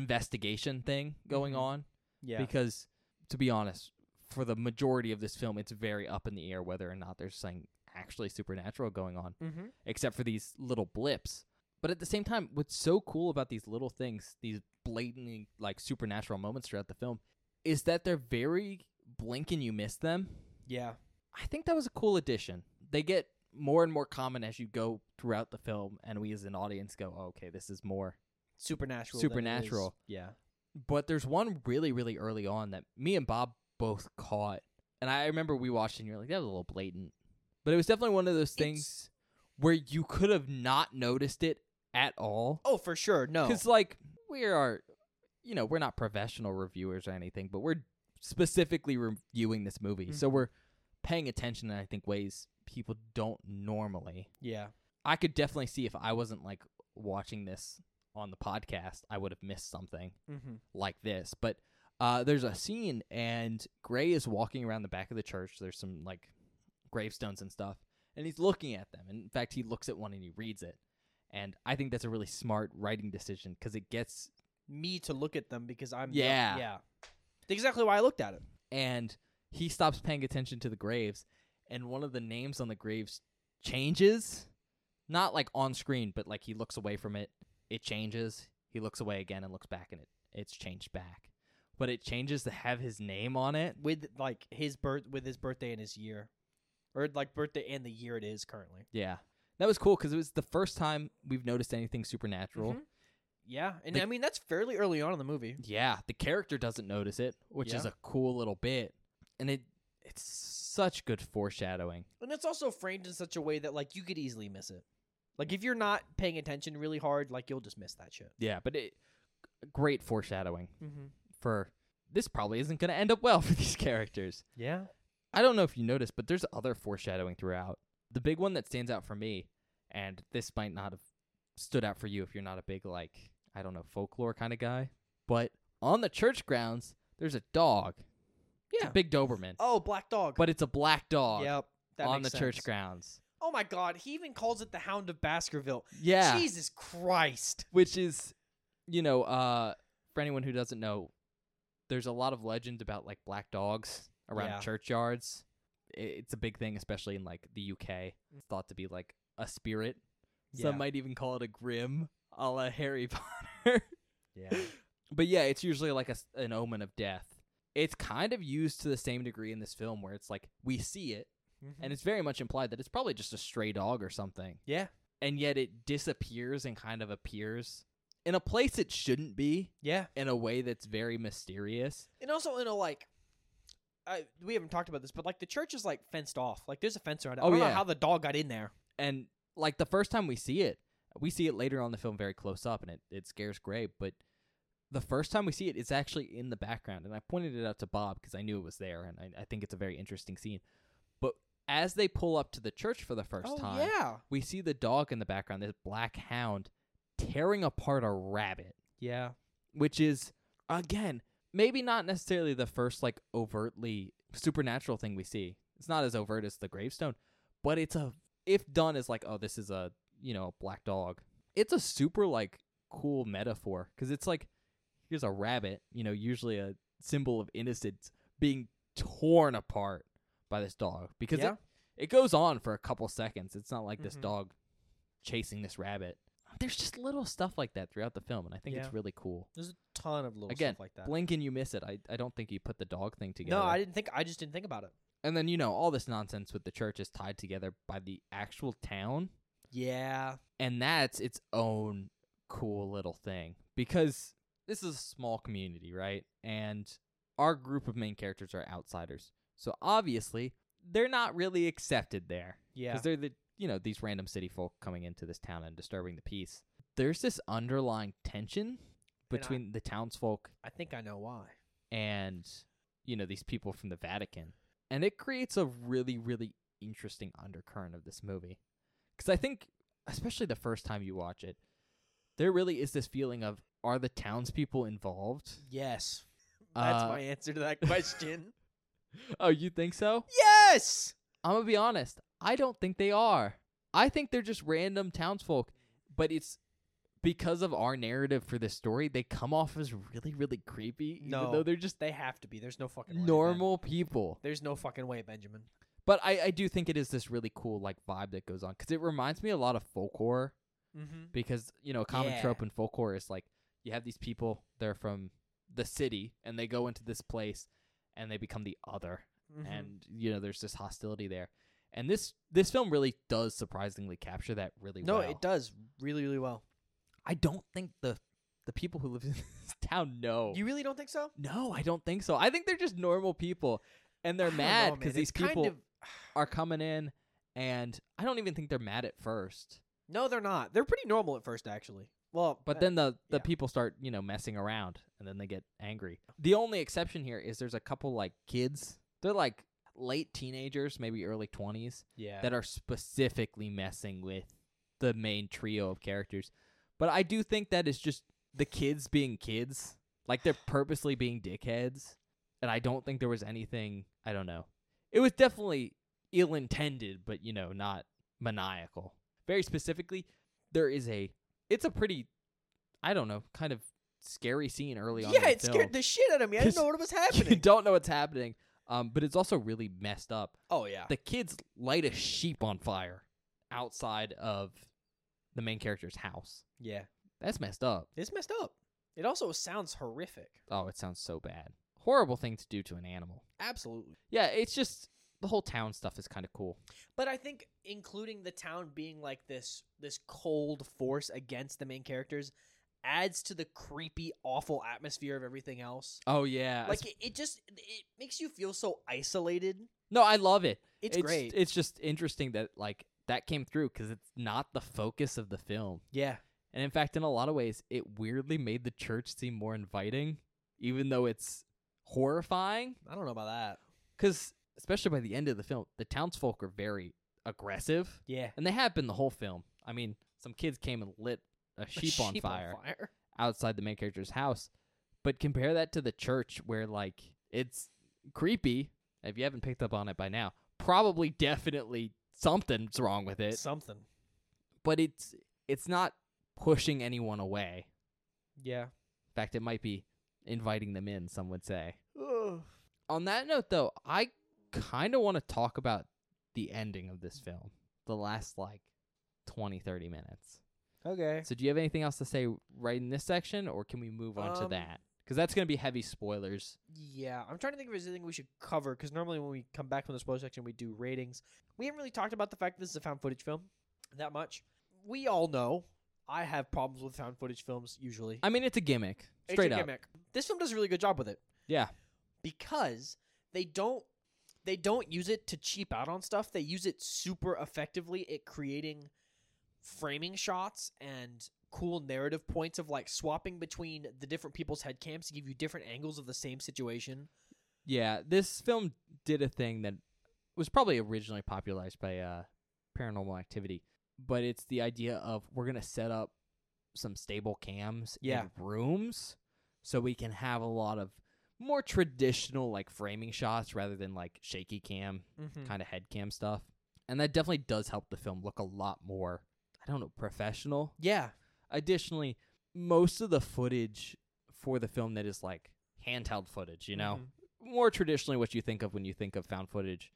investigation thing going
Mhm.
on.
Yeah.
Because to be honest, for the majority of this film, it's very up in the air whether or not there's something actually supernatural going on
mm-hmm.
except for these little blips. But at the same time, what's so cool about these little things, these blatantly like supernatural moments throughout the film, is that they're very blink and you miss them.
Yeah.
I think that was a cool addition. They get more and more common as you go throughout the film, and we as an audience go, oh, okay, this is more.
Supernatural. than it is-
Supernatural.
Yeah.
But there's one really, really early on that me and Bob both caught. And I remember we watched it and you're like, that was a little blatant. But it was definitely one of those things where you could have not noticed it at all.
Oh, for sure. No.
Because like we are, you know, we're not professional reviewers or anything, but we're specifically reviewing this movie, so
Mhm.
we're paying attention in I think ways people don't normally.
Yeah.
I could definitely see if I wasn't like watching this on the podcast, I would have missed something
Mm-hmm.
like this. But uh, there's a scene, and Gray is walking around the back of the church. There's some like gravestones and stuff, and he's looking at them. And in fact, he looks at one and he reads it. And I think that's a really smart writing decision because it gets
Me to look at them because I'm.
Yeah.
Yeah. That's exactly why I looked at it.
and he stops paying attention to the graves and one of the names on the graves changes not like on screen but like he looks away from it it changes he looks away again and looks back and it it's changed back but it changes to have his name on it
with like his birth with his birthday and his year, or like birthday and the year it is currently.
yeah that was cool because it was the first time we've noticed anything supernatural
Mhm. Yeah, and
The-
I mean that's fairly early on in the movie.
yeah the character doesn't notice it which is
Yeah.
a cool little bit and it it's such good foreshadowing
And it's also framed in such a way that like you could easily miss it. Like if you're not paying attention really hard, like you'll just miss that shit.
yeah but it great foreshadowing
Mm-hmm.
for this probably isn't going to end up well [LAUGHS] for these characters.
Yeah.
I don't know if you noticed, but there's other foreshadowing throughout. The big one that stands out for me, and this might not have stood out for you if you're not a big like I don't know folklore kind of guy, but on the church grounds there's a dog. It's a
Yeah.
big Doberman,
Oh, black dog.
but it's a black dog
yep, that
on the
makes
church
sense.
grounds.
Oh my God, he even calls it the Hound of Baskerville.
Yeah,
Jesus Christ.
which is you know uh for anyone who doesn't know there's a lot of legend about like black dogs around
Yeah.
churchyards I- it's a big thing especially in like the uk it's thought to be like a spirit
Yeah.
some might even call it a grim a la harry potter [LAUGHS]
[LAUGHS] Yeah.
but yeah it's usually like a s an omen of death it's kind of used to the same degree in this film where it's like we see it and it's very much implied that it's probably just a stray dog or something
yeah,
and yet it disappears and kind of appears in a place it shouldn't be
yeah.
in a way that's very mysterious.
And also in a like, I, we haven't talked about this, but like the church is like fenced off. Like there's a fence around it. I
Oh,
don't know
yeah.
how the dog got in there.
And like the first time we see it, we see it later on in the film very close up and it, it scares Gray, but the first time we see it, it's actually in the background. And I pointed it out to Bob because I knew it was there and I, I think it's a very interesting scene. But as they pull up to the church for the first
oh
time,
yeah,
we see the dog in the background, this black hound, tearing apart a rabbit.
yeah.
which is again maybe not necessarily the first like overtly supernatural thing we see it's not as overt as the gravestone but it's a if done as like oh this is a you know a black dog it's a super like cool metaphor because it's like here's a rabbit you know usually a symbol of innocence being torn apart by this dog because
Yeah.
it, it goes on for a couple seconds it's not like this
Mhm.
dog chasing this rabbit there's just little stuff like that throughout the film and i think
Yeah.
it's really cool
There's a ton of little
Again,
stuff like that.
blink and you miss it. I, I don't think you put the dog thing together.
no, I didn't think. I just didn't think about it.
and then you know all this nonsense with the church is tied together by the actual town,
Yeah,
and that's its own cool little thing because this is a small community, right? And our group of main characters are outsiders, so obviously they're not really accepted there
yeah.
because they're the you know these random city folk coming into this town and disturbing the peace. There's this underlying tension
I-
between the townsfolk
I think I know why.
and you know these people from the Vatican, and it creates a really really interesting undercurrent of this movie. Because I think, especially the first time you watch it, there really is this feeling of are the townspeople involved?
Yes, that's
Uh,
my answer to that [LAUGHS]
[LAUGHS]
question.
Oh, you think so?
yes.
I'm gonna be honest. I don't think they are. I think they're just random townsfolk, but it's because of our narrative for this story, they come off as really, really creepy, even
No.
though they're just
They have to be. There's no fucking way, Ben.
normal people.
There's no fucking way, Benjamin.
But I, I do think it is this really cool like vibe that goes on because it reminds me a lot of folk horror
Mm-hmm.
because you know a common
Yeah.
trope in folk horror is like you have these people they're from the city and they go into this place and they become the other
Mm-hmm.
and you know there's this hostility there and this this film really does surprisingly capture that really
no,
well.
it does really, really well.
I don't think the the people who live in [LAUGHS] this town know.
You really don't think so?
no, I don't think so. I think they're just normal people and they're
I don't know,
mad
man.
because
It's
these
kind
people
of-
are coming in and I don't even think they're mad at first.
no, they're not. They're pretty normal at first, actually. Well,
But
uh,
then the the
yeah.
people start, you know, messing around and then they get angry. The only exception here is there's a couple like kids. They're like late teenagers, maybe early 20s
yeah,
that are specifically messing with the main trio of characters. But I do think that is just the kids being kids. Like they're purposely being dickheads. And I don't think there was anything, I don't know. It was definitely ill intended, but you know, not maniacal. Very specifically, there is a it's a pretty I don't know, kind of scary scene early on. in
yeah,
the
it
film. [LAUGHS]
scared the shit out of me. I didn't know what was
You
happening.
don't know what's happening. Um, but it's also really messed up
oh yeah,
the kids light a sheep on fire outside of the main character's house.
yeah.
That's messed up.
It's messed up. It also sounds horrific.
Oh, it sounds so bad. Horrible thing to do to an animal.
Absolutely.
Yeah, it's just the whole town stuff is kind of cool.
But I think including the town being like this this cold force against the main characters adds to the creepy, awful atmosphere of everything else.
Oh yeah.
Like it, it just it makes you feel so isolated.
no, I love it.
It's, great.
It's just interesting that like that came through cuz it's not the focus of the film.
yeah.
And in fact, in a lot of ways, it weirdly made the church seem more inviting even though it's horrifying.
I don't know about that.
because especially by the end of the film, the townsfolk are very aggressive,
[LAUGHS] Yeah.
and they have been the whole film. I mean, some kids came and lit a sheep, on, fire outside the main character's house, but compare that to the church where like it's creepy. If you haven't picked up on it by now, probably definitely something's wrong with it.
Something.
But it's it's not pushing anyone away.
Yeah.
In fact, it might be inviting them in, some would say. On that note, though, I kind of want to talk about the ending of this film, the last like 20, 30 minutes.
Okay.
So, do you have anything else to say right in this section, or can we move on to
Um,
that? Because that's going to be heavy spoilers.
Yeah, I'm trying to think if there's anything we should cover because normally when we come back from the spoiler section, we do ratings. We haven't really talked about the fact that this is a found footage film that much. We all know I have problems with found footage films usually.
I mean, it's a gimmick, straight
It's a
up.
gimmick. This film does a really good job with it
Yeah,
because they don't they don't use it to cheap out on stuff. They use it super effectively at creating framing shots and cool narrative points of like swapping between the different people's head cams to give you different angles of the same situation.
yeah. This film did a thing that was probably originally popularized by uh, Paranormal Activity, but it's the idea of we're going to set up some stable cams
Yeah.
in rooms so we can have a lot of more traditional like framing shots rather than like shaky cam
Mm-hmm.
kind of head cam stuff. And that definitely does help the film look a lot more, I don't know, professional.
Yeah.
Additionally, most of the footage for the film that is like handheld footage, you
Mm-hmm.
know, more traditionally what you think of when you think of found footage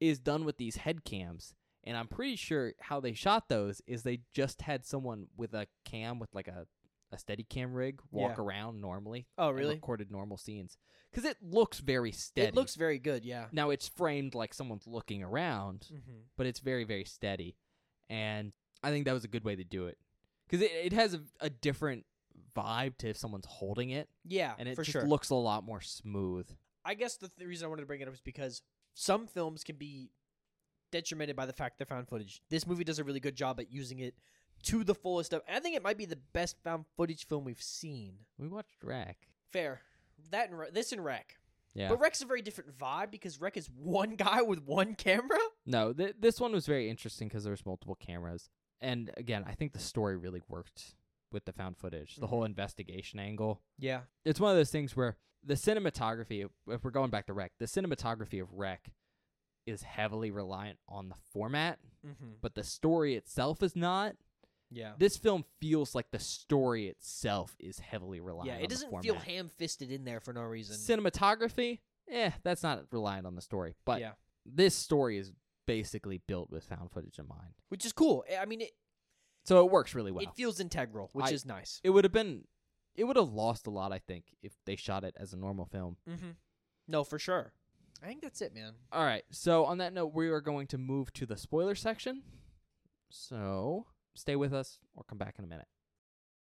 is done with these head cams and i'm pretty sure how they shot those is they just had someone with a cam with like a a steady cam rig walk around normally
Oh,
and
really?
recorded normal scenes because it looks very steady
It looks very good, yeah.
now it's framed like someone's looking around
Mm-hmm.
but it's very very steady and i think that was a good way to do it because it, it has a, a different vibe to if someone's holding it
Yeah,
and it
Uh, for
just
sure.
looks a lot more smooth
I guess the, th- reason I wanted to bring it up is because some films can be detrimented by the fact they're found footage. This movie does a really good job at using it to the fullest of. I think it might be the best found footage film we've seen.
We watched Rack.
Fair. That and Re- this and Wreck,
Yeah.
but Wreck's a very different vibe because Wreck is one [LAUGHS] guy with one camera.
no, th- this one was very interesting because there was multiple cameras, and again, I think the story really worked with the found footage, the
Mm-hmm.
whole investigation angle.
Yeah,
It's one of those things where the cinematography, if we're going back to Wreck, the cinematography of Wreck is heavily reliant on the format,
mm-hmm.
but the story itself is not.
yeah,
This film feels like the story itself is heavily reliant.
yeah.
on
It
the
doesn't feel
format.
ham-fisted in there for no reason.
cinematography. Eh, that's not reliant on the story, but
yeah,
this story is basically built with found footage in mind.
which is cool. I- I mean, it,
So it works really well.
it feels integral, which
I-
is nice.
It would have been it would have lost a lot, I think, if they shot it as a normal film.
Mm-hmm. No, for sure. I think that's it, man.
All right. So on that note, we are going to move to the spoiler section. So stay with us or come back in a minute.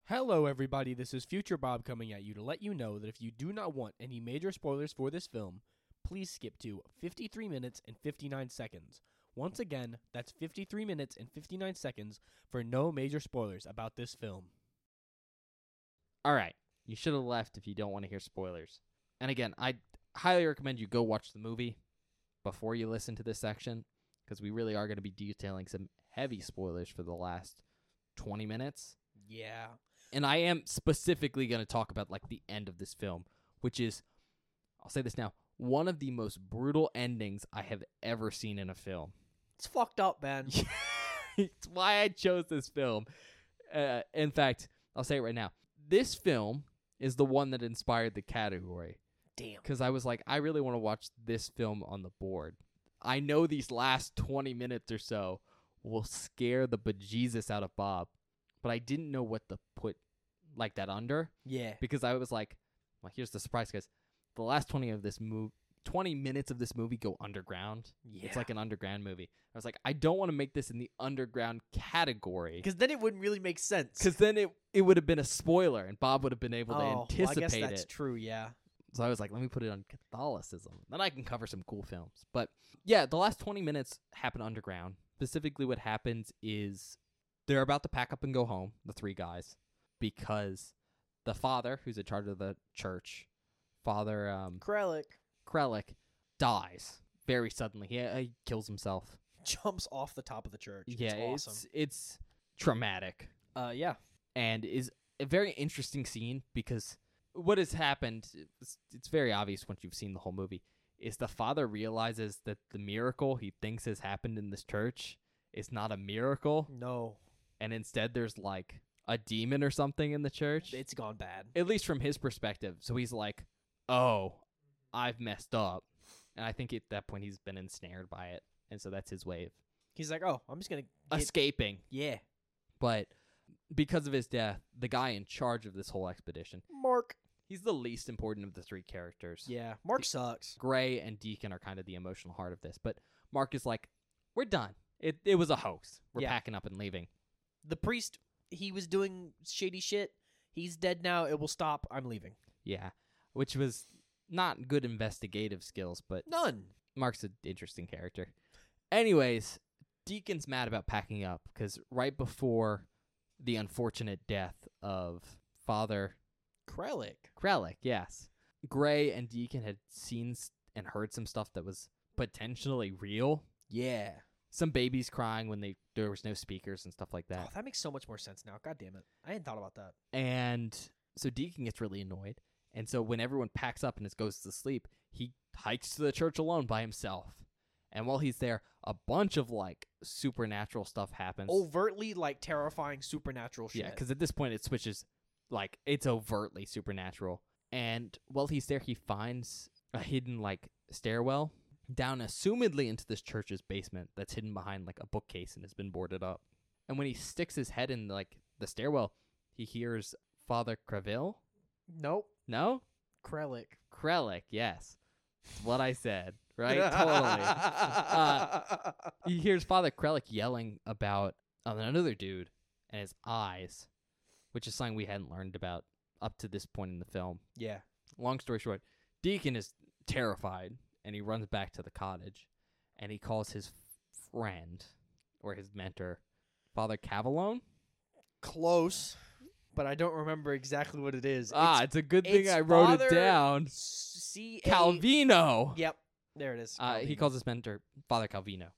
Hello, everybody. This is Future Bob coming at you to let you know that if you do not want any major spoilers for this film, please skip to 53 minutes and 59 seconds. Once again, that's 53 minutes and 59 seconds for no major spoilers about this film.
All right. You should have left if you don't want to hear spoilers. And again, I highly recommend you go watch the movie before you listen to this section because we really are going to be detailing some heavy spoilers for the last 20 minutes.
Yeah.
and I am specifically going to talk about like the end of this film, which is I'll say this now, one of the most brutal endings I have ever seen in a film. [LAUGHS]
It's fucked up, man.
it's why I chose this film. Uh, in fact, I'll say it right now. This film is the one that inspired the category
Damn.
because I was like, I really want to watch this film on the board. I know these last 20 minutes or so will scare the bejesus out of Bob, but I didn't know what to put like that under
Yeah.
because I was like, well, here's the surprise, guys. The last 20 of this move, 20 minutes of this movie go underground.
Yeah.
It's like an underground movie. I was like, I don't want to make this in the underground category
because then it wouldn't really make sense.
because then it, it would have been a spoiler and Bob would have been able to
oh,
anticipate
well, I guess that's
it.
true. Yeah.
So I was like, let me put it on Catholicism. Then I can cover some cool films. But yeah, the last 20 minutes happen underground. Specifically, what happens is they're about to pack up and go home, the three guys, because the father, who's in charge of the church, Father um,
Krellick.
Krellick, dies very suddenly. He, he kills himself.
jumps off the top of the church.
yeah,
it's awesome.
it's it's traumatic
uh, yeah,
and is a very interesting scene because what has happened it's, it's very obvious once you've seen the whole movie is the father realizes that the miracle he thinks has happened in this church is not a miracle
no,
and instead there's like a demon or something in the church
it's gone bad.
at least from his perspective. So he's like, "Oh, I've messed up," and I think at that point he's been ensnared by it, and so that's his way of
He's like, oh, I'm just gonna, get-
escaping.
yeah,
But because of his death, the guy in charge of this whole expedition,
Mark.
he's the least important of the three characters.
Yeah, Mark sucks.
Gray and Deacon are kind of the emotional heart of this, but Mark is like, "We're done. It it was a hoax. We're
Yeah.
packing up and leaving."
The priest, he was doing shady shit. He's dead now. It will stop. I'm leaving.
Yeah, which was not good investigative skills, but
None.
Mark's an interesting character. Anyways, Deacon's mad about packing up because right before the unfortunate death of Father
Krellick.
Kralik, yes, Gray and Deacon had seen s- and heard some stuff that was potentially real.
Yeah.
Some babies crying when they there was no speakers and stuff like that.
Oh, that makes so much more sense now. God damn it. I hadn't thought about that.
And so Deacon gets really annoyed. And so when everyone packs up and it goes to sleep, he hikes to the church alone by himself. And while he's there, a bunch of like supernatural stuff happens.
Oh, Overtly, like, terrifying supernatural shit.
yeah, because at this point it switches, like it's overtly supernatural. And while he's there, he finds a hidden like stairwell down, assumedly into this church's basement that's hidden behind like a bookcase and has been boarded up. And when he sticks his head in like the stairwell, he hears Father Creville.
Nope.
No,
Krellick.
Krellick, yes. It's what I said,
[LAUGHS]
right? totally. Uh, He hears Father Krellick yelling about um, another dude and his eyes, which is something we hadn't learned about up to this point in the film.
yeah.
Long story short, Deacon is terrified and he runs back to the cottage and he calls his friend or his mentor, Father Cavallone.
Close, but I don't remember exactly what it is.
ah, it's a good thing
it's
I wrote
Father-
it down.
C.
Calvino.
Yep. There it is.
Uh, he
Calvino.
calls his mentor Father Calvino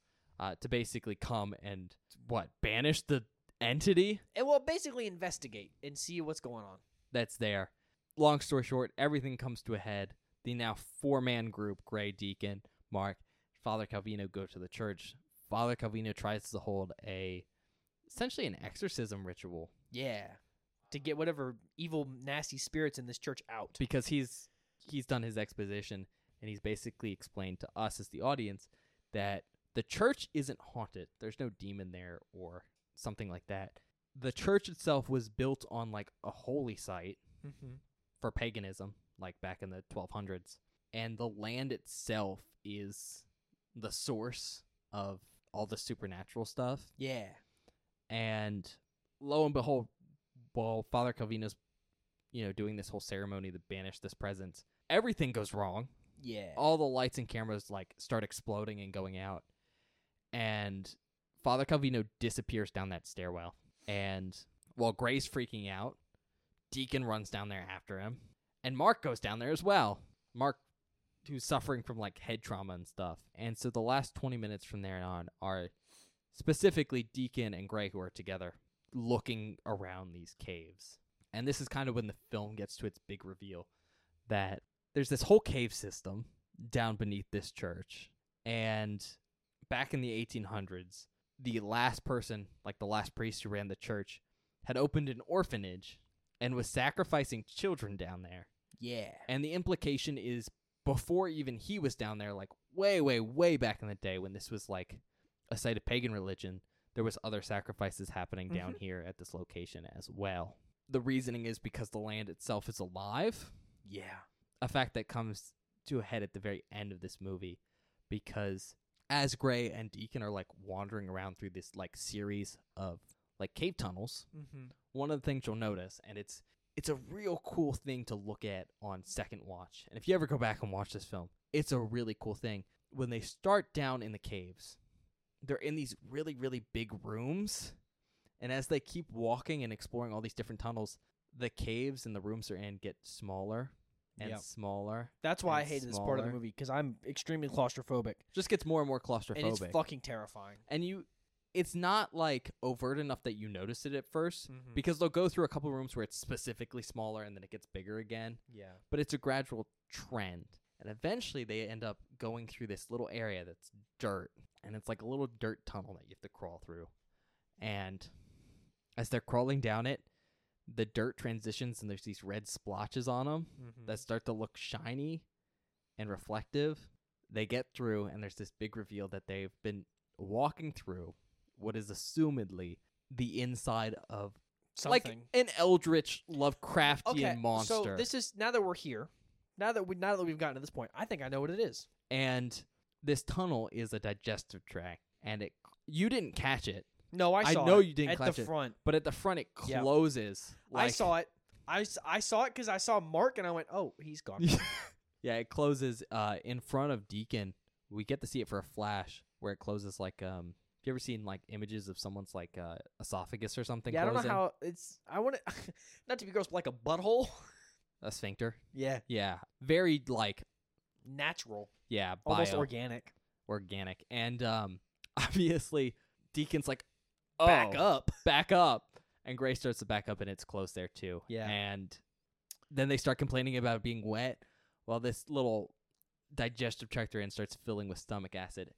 uh, to basically come and what banish the entity
And well, basically investigate and see what's going on.
that's there. Long story short, everything comes to a head. The now four man group, Gray Deacon, Mark, Father Calvino go to the church. Father Calvino tries to hold a essentially an exorcism ritual
Yeah. To get whatever evil, nasty spirits in this church out.
because he's he's done his exposition and he's basically explained to us as the audience that the church isn't haunted. There's no demon there or something like that. The church itself was built on like a holy site
Mm-hmm.
for paganism, like back in the 1200s, and the land itself is the source of all the supernatural stuff.
Yeah.
And lo and behold, while Father Calvino's, you know, doing this whole ceremony to banish this presence, everything goes wrong.
Yeah.
All the lights and cameras like start exploding and going out. And Father Calvino disappears down that stairwell. And while Gray's freaking out, Deacon runs down there after him. And Mark goes down there as well. Mark who's suffering from like head trauma and stuff. And so the last 20 minutes from there on are specifically Deacon and Gray, who are together looking around these caves. And this is kind of when the film gets to its big reveal that there's this whole cave system down beneath this church. And back in the 1800s, the last person, like the last priest who ran the church, had opened an orphanage and was sacrificing children down there.
yeah.
And the implication is before even he was down there, like way, way, way back in the day when this was like a site of pagan religion, there was other sacrifices happening down here at this location as well. The reasoning is because the land itself is alive,
Yeah.
a fact that comes to a head at the very end of this movie because as Gray and Deacon are like wandering around through this like series of like cave tunnels,
Mm-hmm.
one of the things you'll notice and it's it's a real cool thing to look at on second watch and if you ever go back and watch this film it's a really cool thing when they start down in the caves they're in these really really big rooms and as they keep walking and exploring all these different tunnels the caves and the rooms they're in get smaller and
Yep.
smaller.
That's why I
and
hated this part of the
smaller.
movie because I'm extremely claustrophobic
Just gets more and more claustrophobic.
and it's fucking terrifying.
and you it's not like overt enough that you notice it at 1st
Mhm.
because they'll go through a couple rooms where it's specifically smaller and then it gets bigger again
Yeah.
but it's a gradual trend and eventually they end up going through this little area that's dirt and it's like a little dirt tunnel that you have to crawl through and as they're crawling down it the dirt transitions and there's these red splotches on them
Hmm. Mm-hmm.
that start to look shiny and reflective. They get through, and there's this big reveal that they've been walking through what is assumedly the inside of
Something.
like an eldritch Lovecraftian monster.
So this is now that we're here, now that we now that we've gotten to this point, I think I know what it is.
and this tunnel is a digestive tract, and it you didn't catch it,
No, I
I
saw.
know
it
you didn't
at
catch
the
it.
front.
but at the front it
Yeah.
closes.
I saw it. I, s- I saw it because I saw Mark and I went, oh, he's
[LAUGHS]
gone.
yeah, it closes uh, in front of Deacon. We get to see it for a flash where it closes like um. Have you ever seen like images of someone's like uh, esophagus or something?
yeah, I don't know
closing?
how it's. I want to, [LAUGHS] not to be gross, but like a butthole.
a sphincter.
Yeah,
Yeah, very like
natural,
yeah,
almost
bio
organic.
organic, and um, [LAUGHS] obviously Deacon's like
Back
"Oh,
up.
back up, and Gray starts to back up, and it's closed there too.
Yeah.
and then they start complaining about it being wet, while this little digestive tract they're in starts filling with stomach acid,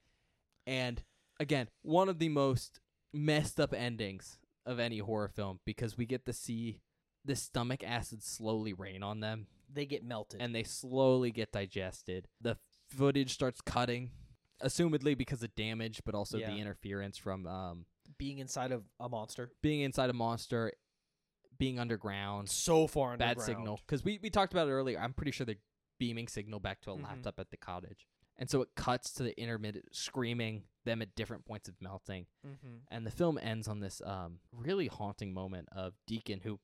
and again, one of the most messed up endings of any horror film because we get to see the stomach acid slowly rain on them
They get melted.
and they slowly get digested. The footage starts cutting, assumedly because of damage, but also
Yeah.
the interference from um,
being inside of a monster,
being inside a monster, being underground,
so far underground.
bad signal. Because we, we talked about it earlier. I'm pretty sure they're beaming signal back to a
Mhm.
laptop at the cottage. And so it cuts to the intermittent screaming, them at different points of melting.
Mm-hmm.
And the film ends on this um, really haunting moment of Deacon, who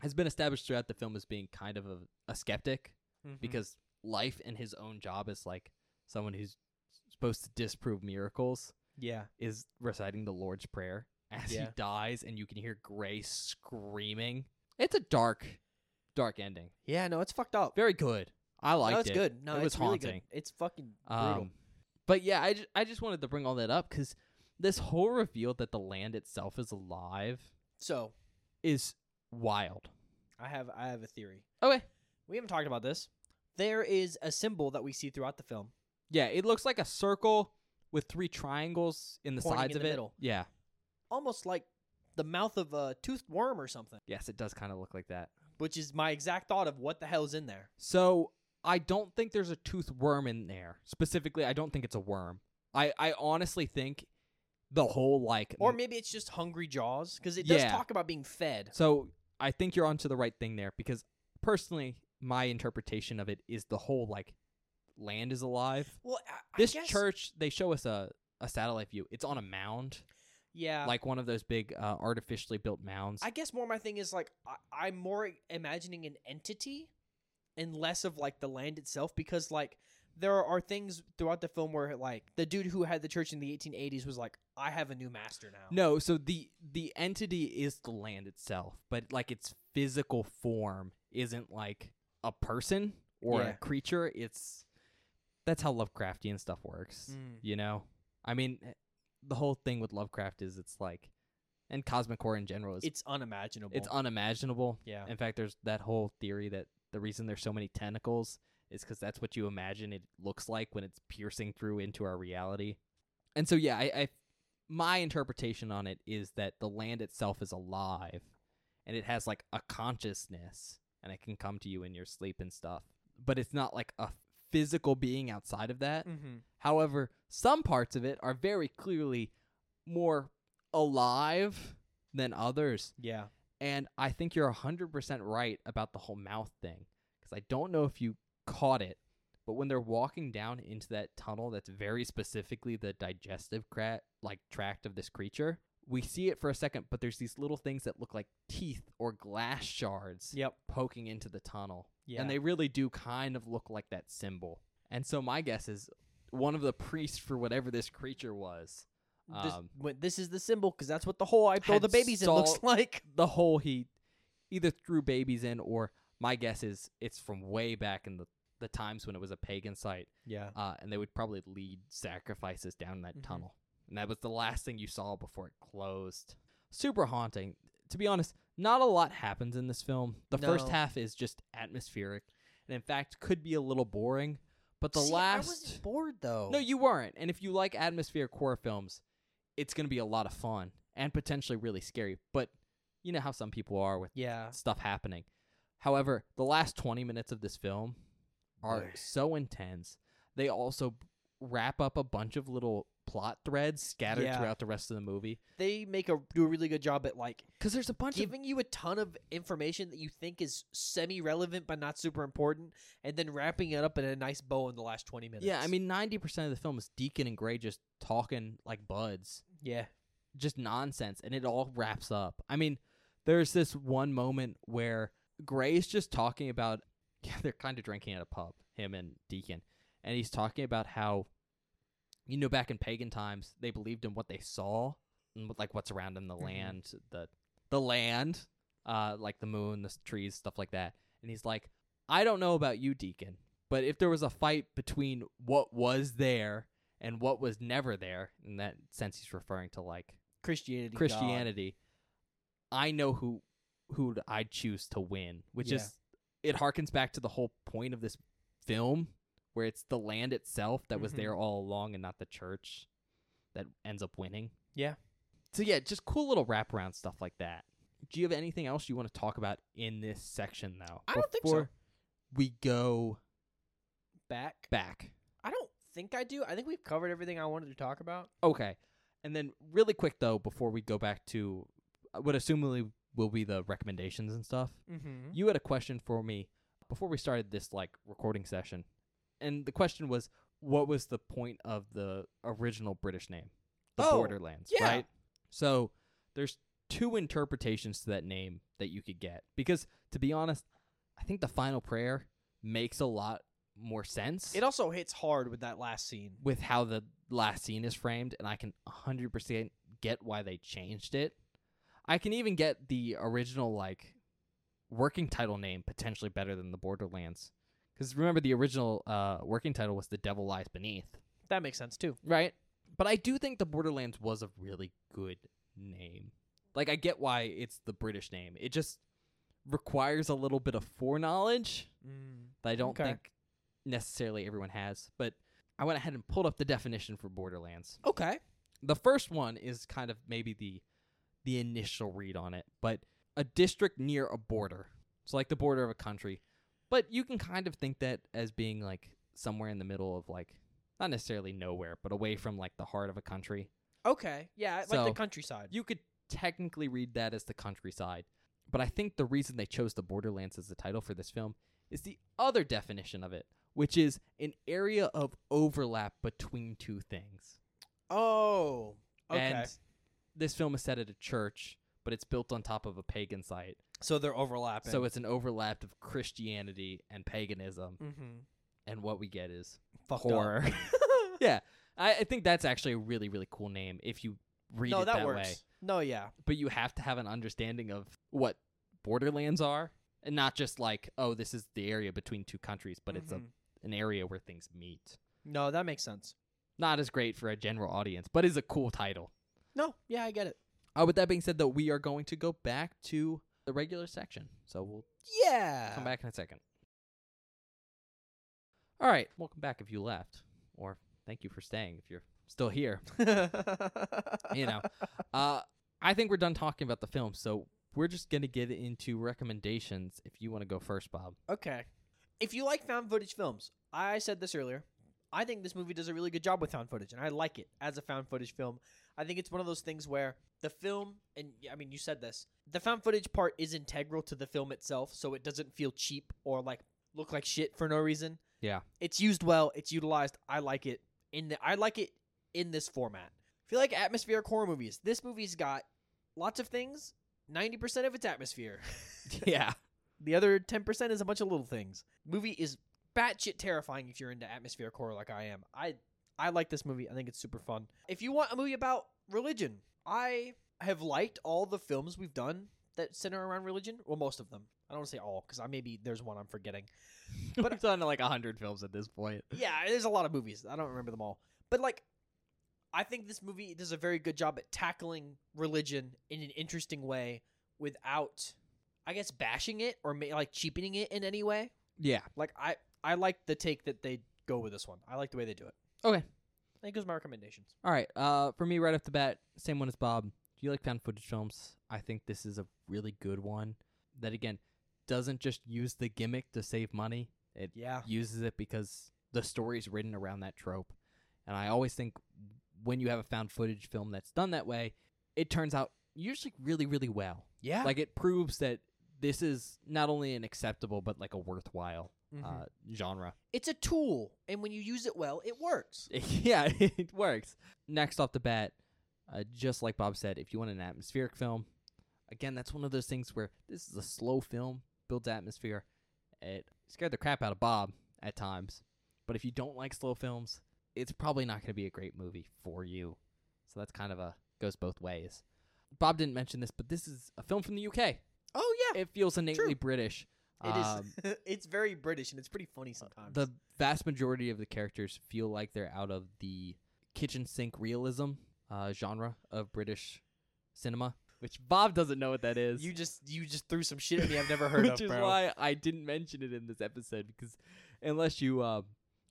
has been established throughout the film as being kind of a, a skeptic
Mm-hmm.
because life and his own job as like someone who's supposed to disprove miracles
yeah,
is reciting the Lord's Prayer as he
Yeah.
dies, and you can hear Gray screaming. It's a dark, dark ending.
yeah, no, it's fucked up.
Very good. I liked
no, it's
it.
good. No,
It
it's
was
really
haunting.
good. It's fucking brutal.
Um, but yeah, I, ju- I just wanted to bring all that up because this whole reveal that the land itself is alive
So
is wild.
I have I have a theory.
Okay.
We haven't talked about this. There is a symbol that we see throughout the film.
Yeah, it looks like a circle with three triangles in the
Pointing
sides
in
of
the
it.
middle.
Yeah.
almost like the mouth of a toothed worm or something,
Yes, it does kind of look like that.
which is my exact thought of what the hell's in there.
So I don't think there's a tooth worm in there. Specifically, I don't think it's a worm. I, I honestly think the whole like
Or
m-
maybe it's just hungry jaws because it does
Mm. Yeah.
talk about being fed.
so I think you're onto the right thing there because personally my interpretation of it is the whole like land is alive.
Well, I,
This
I guess,
church they show us a, a satellite view. It's on a mound,
yeah.
like one of those big uh, artificially built mounds.
I guess more my thing is like I, I'm more imagining an entity and less of like the land itself because like there are things throughout the film where like the dude who had the church in the 1880s was like I have a new master now.
No, so the the entity is the land itself, but like its physical form isn't like a person or
Yeah.
a creature. It's that's how Lovecraftian stuff works.
Mm.
You know, I mean, eh, the whole thing with Lovecraft is it's like, and cosmic horror in general is it's,
It's unimaginable.
unimaginable.
yeah.
In fact, there's that whole theory that the reason there's so many tentacles is because that's what you imagine it looks like when it's piercing through into our reality. And so, yeah, I, I my interpretation on it is that the land itself is alive, and it has like a consciousness, and it can come to you in your sleep and stuff. But it's not like a physical being outside of that.
Mm-hmm.
However, some parts of it are very clearly more alive than others.
Yeah.
And I think you're 100% right about the whole mouth thing. Because I don't know if you caught it, but when they're walking down into that tunnel that's very specifically the digestive cra- like tract of this creature, we see it for a second, but there's these little things that look like teeth or glass shards
Yep.
poking into the tunnel.
Yeah.
And they really do kind of look like that symbol. And so my guess is one of the priests for whatever this creature was.
this,
um,
when- this is the symbol because that's what the hole I throw [LAUGHS]
had
the babies in looks
salt-
like.
the hole he either threw babies in or My guess is it's from way back in the, the times when it was a pagan site,
Yeah.
uh, and they would probably lead sacrifices down that
Mhm.
tunnel. And that was the last thing you saw before it closed. Super haunting. To be honest, not a lot happens in this film. The first
No.
half is just atmospheric, and in fact, could be a little boring. But the
I
last.
was bored though.
No, you weren't. And if you like atmospheric horror films, it's going to be a lot of fun and potentially really scary. But you know how some people are with
Yeah.
stuff happening. However, the last 20 minutes of this film are
Blech.
so intense. They also b- wrap up a bunch of little plot threads scattered
Yeah.
throughout the rest of the movie.
They make a do a really good job at like
Because there's a bunch of.
giving you a ton of information that you think is semi relevant but not super important, and then wrapping it up in a nice bow in the last twenty minutes.
Yeah, I mean, 90% of the film is Deacon and Gray just talking like buds.
yeah,
just nonsense and it all wraps up. I mean, there's this one moment where Gray's just talking about [LAUGHS] yeah, they're kind of drinking at a pub, him and Deacon, and he's talking about how you know back in pagan times they believed in what they saw and what, like what's around in the
Mhm.
land, the the land, uh like the moon, the s- trees, stuff like that. And he's like, "I don't know about you, Deacon, but if there was a fight between what was there and what was never there, in that sense he's referring to like
Christianity. God.
Christianity, I know who who I choose to win, which
Yeah.
is it harkens back to the whole point of this film where it's the land itself that was
Mhm.
there all along and not the church that ends up winning.
Yeah.
So yeah, just cool little wraparound stuff like that. Do you have anything else you want to talk about in this section though?
I don't think so.
Before We go
back.
back.
I don't think I do. I think we've covered everything I wanted to talk about.
Okay. And then really quick though, before we go back to uh, what assumably will be the recommendations and stuff.
Mm-hmm.
you had a question for me before we started this like recording session and the question was what was the point of the original british name the
Oh,
borderlands
yeah.
right so there's two interpretations to that name that you could get because to be honest i think the final prayer makes a lot more sense
It also hits hard with that last scene.
with how the last scene is framed, and I can 100% get why they changed it. I can even get the original, like, working title name potentially better than the Borderlands. Because remember, the original uh, working title was The Devil Lies Beneath,
That makes sense too.
right? But I do think the Borderlands was a really good name. Like, I get why it's the British name. It just requires a little bit of foreknowledge that I don't
Okay.
think necessarily everyone has. But I went ahead and pulled up the definition for Borderlands.
Okay.
The first one is kind of maybe the the initial read on it, but a district near a border. So like the border of a country. But you can kind of think that as being like somewhere in the middle of like not necessarily nowhere, but away from like the heart of a country.
Okay. Yeah, like the
So-
countryside.
You could technically read that as the countryside, but I think the reason they chose the Borderlands as the title for this film is the other definition of it, which is an area of overlap between two things.
oh. Okay.
And this film is set at a church, but it's built on top of a pagan site.
so they're overlapping.
So it's an overlap of Christianity and paganism,
mm-hmm.
and what we get is
Fucked up.
horror.
[LAUGHS]
yeah, I, I think that's actually a really, really cool name if you read
no,
it
that,
that,
works.
way.
No, yeah.
but you have to have an understanding of what borderlands are and not just like oh this is the area between two countries but it's a,
Mhm.
an area where things meet
No, that makes sense.
not as great for a general audience but is a cool title
No, yeah, I get it.
uh, with that being said though we are going to go back to the regular section so we'll
Yeah.
come back in a second all right welcome back if you left or thank you for staying if you're still here You know. uh, i think we're done talking about the film so we're just going to get into recommendations if you want to go first bob
Okay. If you like found footage films, I said this earlier. I think this movie does a really good job with found footage, and I like it as a found footage film. I think it's one of those things where the film, and I mean, you said this, the found footage part is integral to the film itself, so it doesn't feel cheap or like look like shit for no reason.
Yeah.
It's used well, it's utilized. I like it. In the, I like it in this format. If you like atmospheric horror movies, this movie's got lots of things. 90% of it's atmosphere.
[LAUGHS] yeah.
The other 10% is a bunch of little things. Movie is batshit terrifying if you're into atmospheric horror like I am. I I like this movie. I think it's super fun. If you want a movie about religion, I have liked all the films we've done that center around religion. Well, most of them. I don't want to say all because I maybe there's one I'm forgetting.
But it's on like hundred films at this point.
Yeah, there's a lot of movies. I don't remember them all. But like I think this movie does a very good job at tackling religion in an interesting way without I guess bashing it or ma- like cheapening it in any way.
Yeah.
Like I I like the take that they go with this one. I like the way they do it.
Okay.
I think those are my recommendations.
All right. Uh, for me, right off the bat, same one as Bob. Do you like found footage films? I think this is a really good one. That again doesn't just use the gimmick to save money. It
Yeah.
uses it because the story's written around that trope. And I always think when you have a found footage film that's done that way, it turns out usually really, really well.
Yeah.
Like it proves that this is not only an acceptable but like a worthwhile
Mm-hmm.
uh, genre.
it's a tool and when you use it well, it works.
[LAUGHS] yeah, it works. Next off the bat, uh, just like Bob said, if you want an atmospheric film, again, that's one of those things where this is a slow film, builds atmosphere. It scared the crap out of Bob at times. But if you don't like slow films, it's probably not going to be a great movie for you. So that's kind of a goes both ways. Bob didn't mention this, but this is a film from the UK.
Oh yeah.
It feels innately British.
It is.
Um,
[LAUGHS] it's very British and it's pretty funny sometimes.
the vast majority of the characters feel like they're out of the kitchen sink realism uh, genre of British cinema, which Bob doesn't know what that is.
you [LAUGHS] just you just threw some shit at me I've [LAUGHS] never heard of,
which is
bro.
why I didn't mention it in this episode because unless you uh,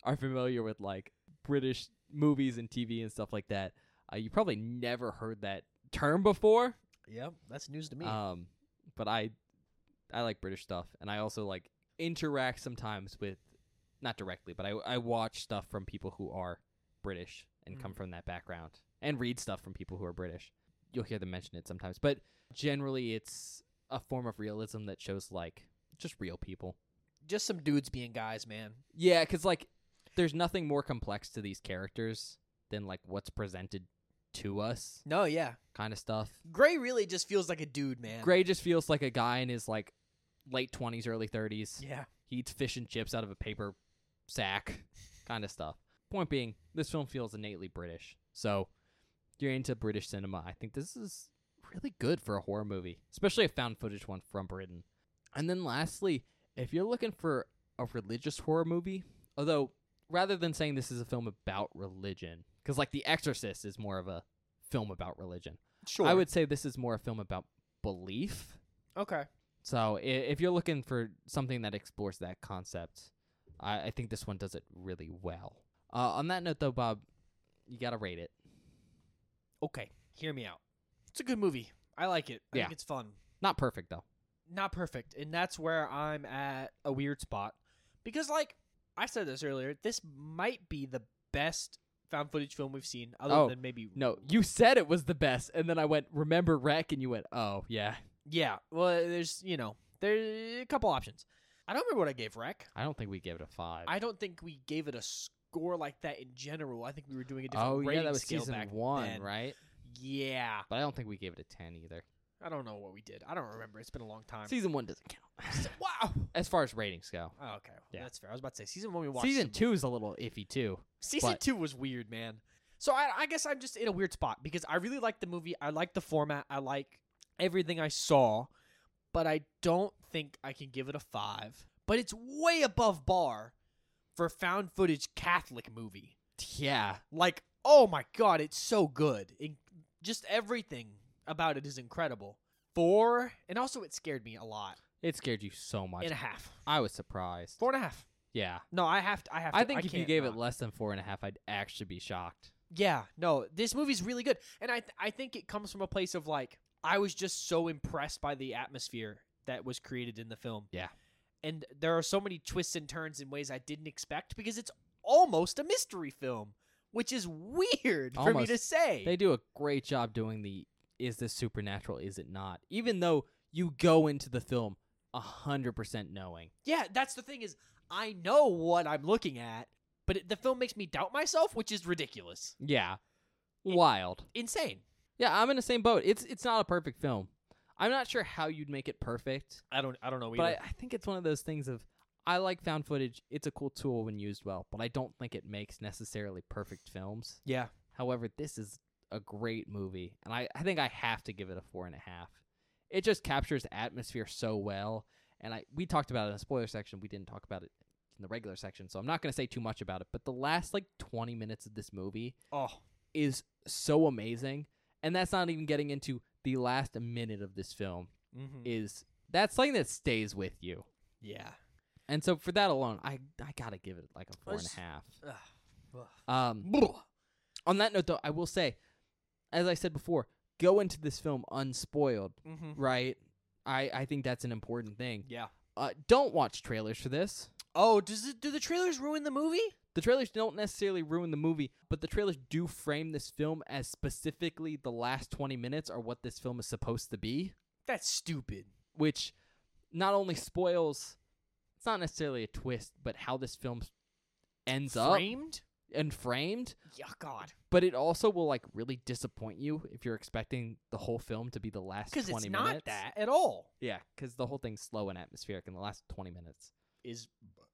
are familiar with like British movies and TV and stuff like that, uh, you probably never heard that term before.
Yep, that's news to me.
Um, but I, I like British stuff, and I also like interact sometimes with, not directly, but I I watch stuff from people who are British and come
Mhm.
from that background, and read stuff from people who are British. You'll hear them mention it sometimes, but generally it's a form of realism that shows like just real people.
just some dudes being guys, man.
Yeah, because like there's nothing more complex to these characters than like what's presented to us
No, yeah.
kind of stuff.
Gray really just feels like a dude, man.
Gray just feels like a guy in his like late twenties, early thirties.
Yeah.
He eats fish and chips out of a paper sack, kind of stuff. Point being, this film feels innately British. So, if you're into British cinema, I think this is really good for a horror movie, especially a found footage one from Britain. And then lastly, if you're looking for a religious horror movie, although rather than saying this is a film about religion, because like The Exorcist is more of a film about religion,
Sure.
I would say this is more a film about belief.
Okay.
So i- if you're looking for something that explores that concept, I, I think this one does it really well. Uh, on that note, though, Bob, you gotta rate it.
Okay. Hear me out. It's a good movie. I like it. I
Yeah.
think it's fun.
Not perfect though.
Not perfect, and that's where I'm at a weird spot because like I said this earlier, this might be the best found footage film we've seen other
Oh,
than maybe
No, you said it was the best, and then I went, "Remember Wreck," and you went, "Oh yeah."
Yeah. Well, there's, you know, there's a couple options. I don't remember what I gave Rec.
I don't think we gave it a five.
I don't think we gave it a score like that in general. I think we were doing a different
oh
rating
yeah, that was
scale
season
back
one,
then.
right?
Yeah.
But I don't think we gave it a ten either.
I don't know what we did. I don't remember. It's been a long time.
Season one doesn't
[LAUGHS]
count [LAUGHS]
wow.
as far as ratings go.
Oh, okay. Well,
Yeah.
That's fair. I was about to say season one we watched.
Season
some-
two is a little iffy too.
Season
but-
two was weird, man. So I, I guess I'm just in a weird spot because I really like the movie. I like the format. I like everything I saw, but I don't think I can give it a five. But it's way above bar for a found footage Catholic movie.
Yeah,
Like, oh my god, it's so good. It, just everything about it is incredible. Four, and also it scared me a lot.
it scared you so much.
And a half,
I was surprised.
four and a half.
yeah.
No, I have to. I have. To,
I think if you
can't
gave
not.
it less than four and a half, I'd actually be shocked.
Yeah, no, this movie's really good, and I th- I think it comes from a place of like I was just so impressed by the atmosphere that was created in the film.
Yeah.
and there are so many twists and turns in ways I didn't expect because it's almost a mystery film, which is weird for me to
Almost.
say.
They do a great job doing the is this supernatural, is it not? Even though you go into the film a hundred percent knowing.
yeah, that's the thing is I know what I'm looking at, but it, the film makes me doubt myself, which is ridiculous,
Yeah. Wild.
insane.
Yeah, I'm in the same boat. It's it's not a perfect film. I'm not sure how you'd make it perfect.
I don't I don't know
But I, I think it's one of those things of I like found footage. It's a cool tool when used well, but I don't think it makes necessarily perfect films.
yeah,
However, this is a great movie, and I, I think I have to give it a four and a half. It just captures atmosphere so well, and I we talked about it in the spoiler section. We didn't talk about it in the regular section, so I'm not going to say too much about it. But the last like 20 minutes of this movie
Oh,
is so amazing, and that's not even getting into the last minute of this film.
mm-hmm.
Is that's something that stays with you,
yeah.
and so for that alone, I I gotta give it like a four and
Let's-
a half.
Ugh.
Um,
Mm-hmm.
on that note, though, I will say, as I said before, go into this film unspoiled,
Mm-hmm.
right? I, I think that's an important thing.
Yeah.
Uh, don't watch trailers for this.
Oh, does it, do the trailers ruin the movie?
The trailers don't necessarily ruin the movie, but the trailers do frame this film as specifically the last 20 minutes are what this film is supposed to be,
That's stupid.
which not only spoils, it's not necessarily a twist, but how this film ends
Framed?
up and framed,
Yeah, God.
but it also will like really disappoint you if you're expecting the whole film to be the last 20
Because it's
minutes.
not that at all.
Yeah, because the whole thing's slow and atmospheric in the last 20 minutes.
Is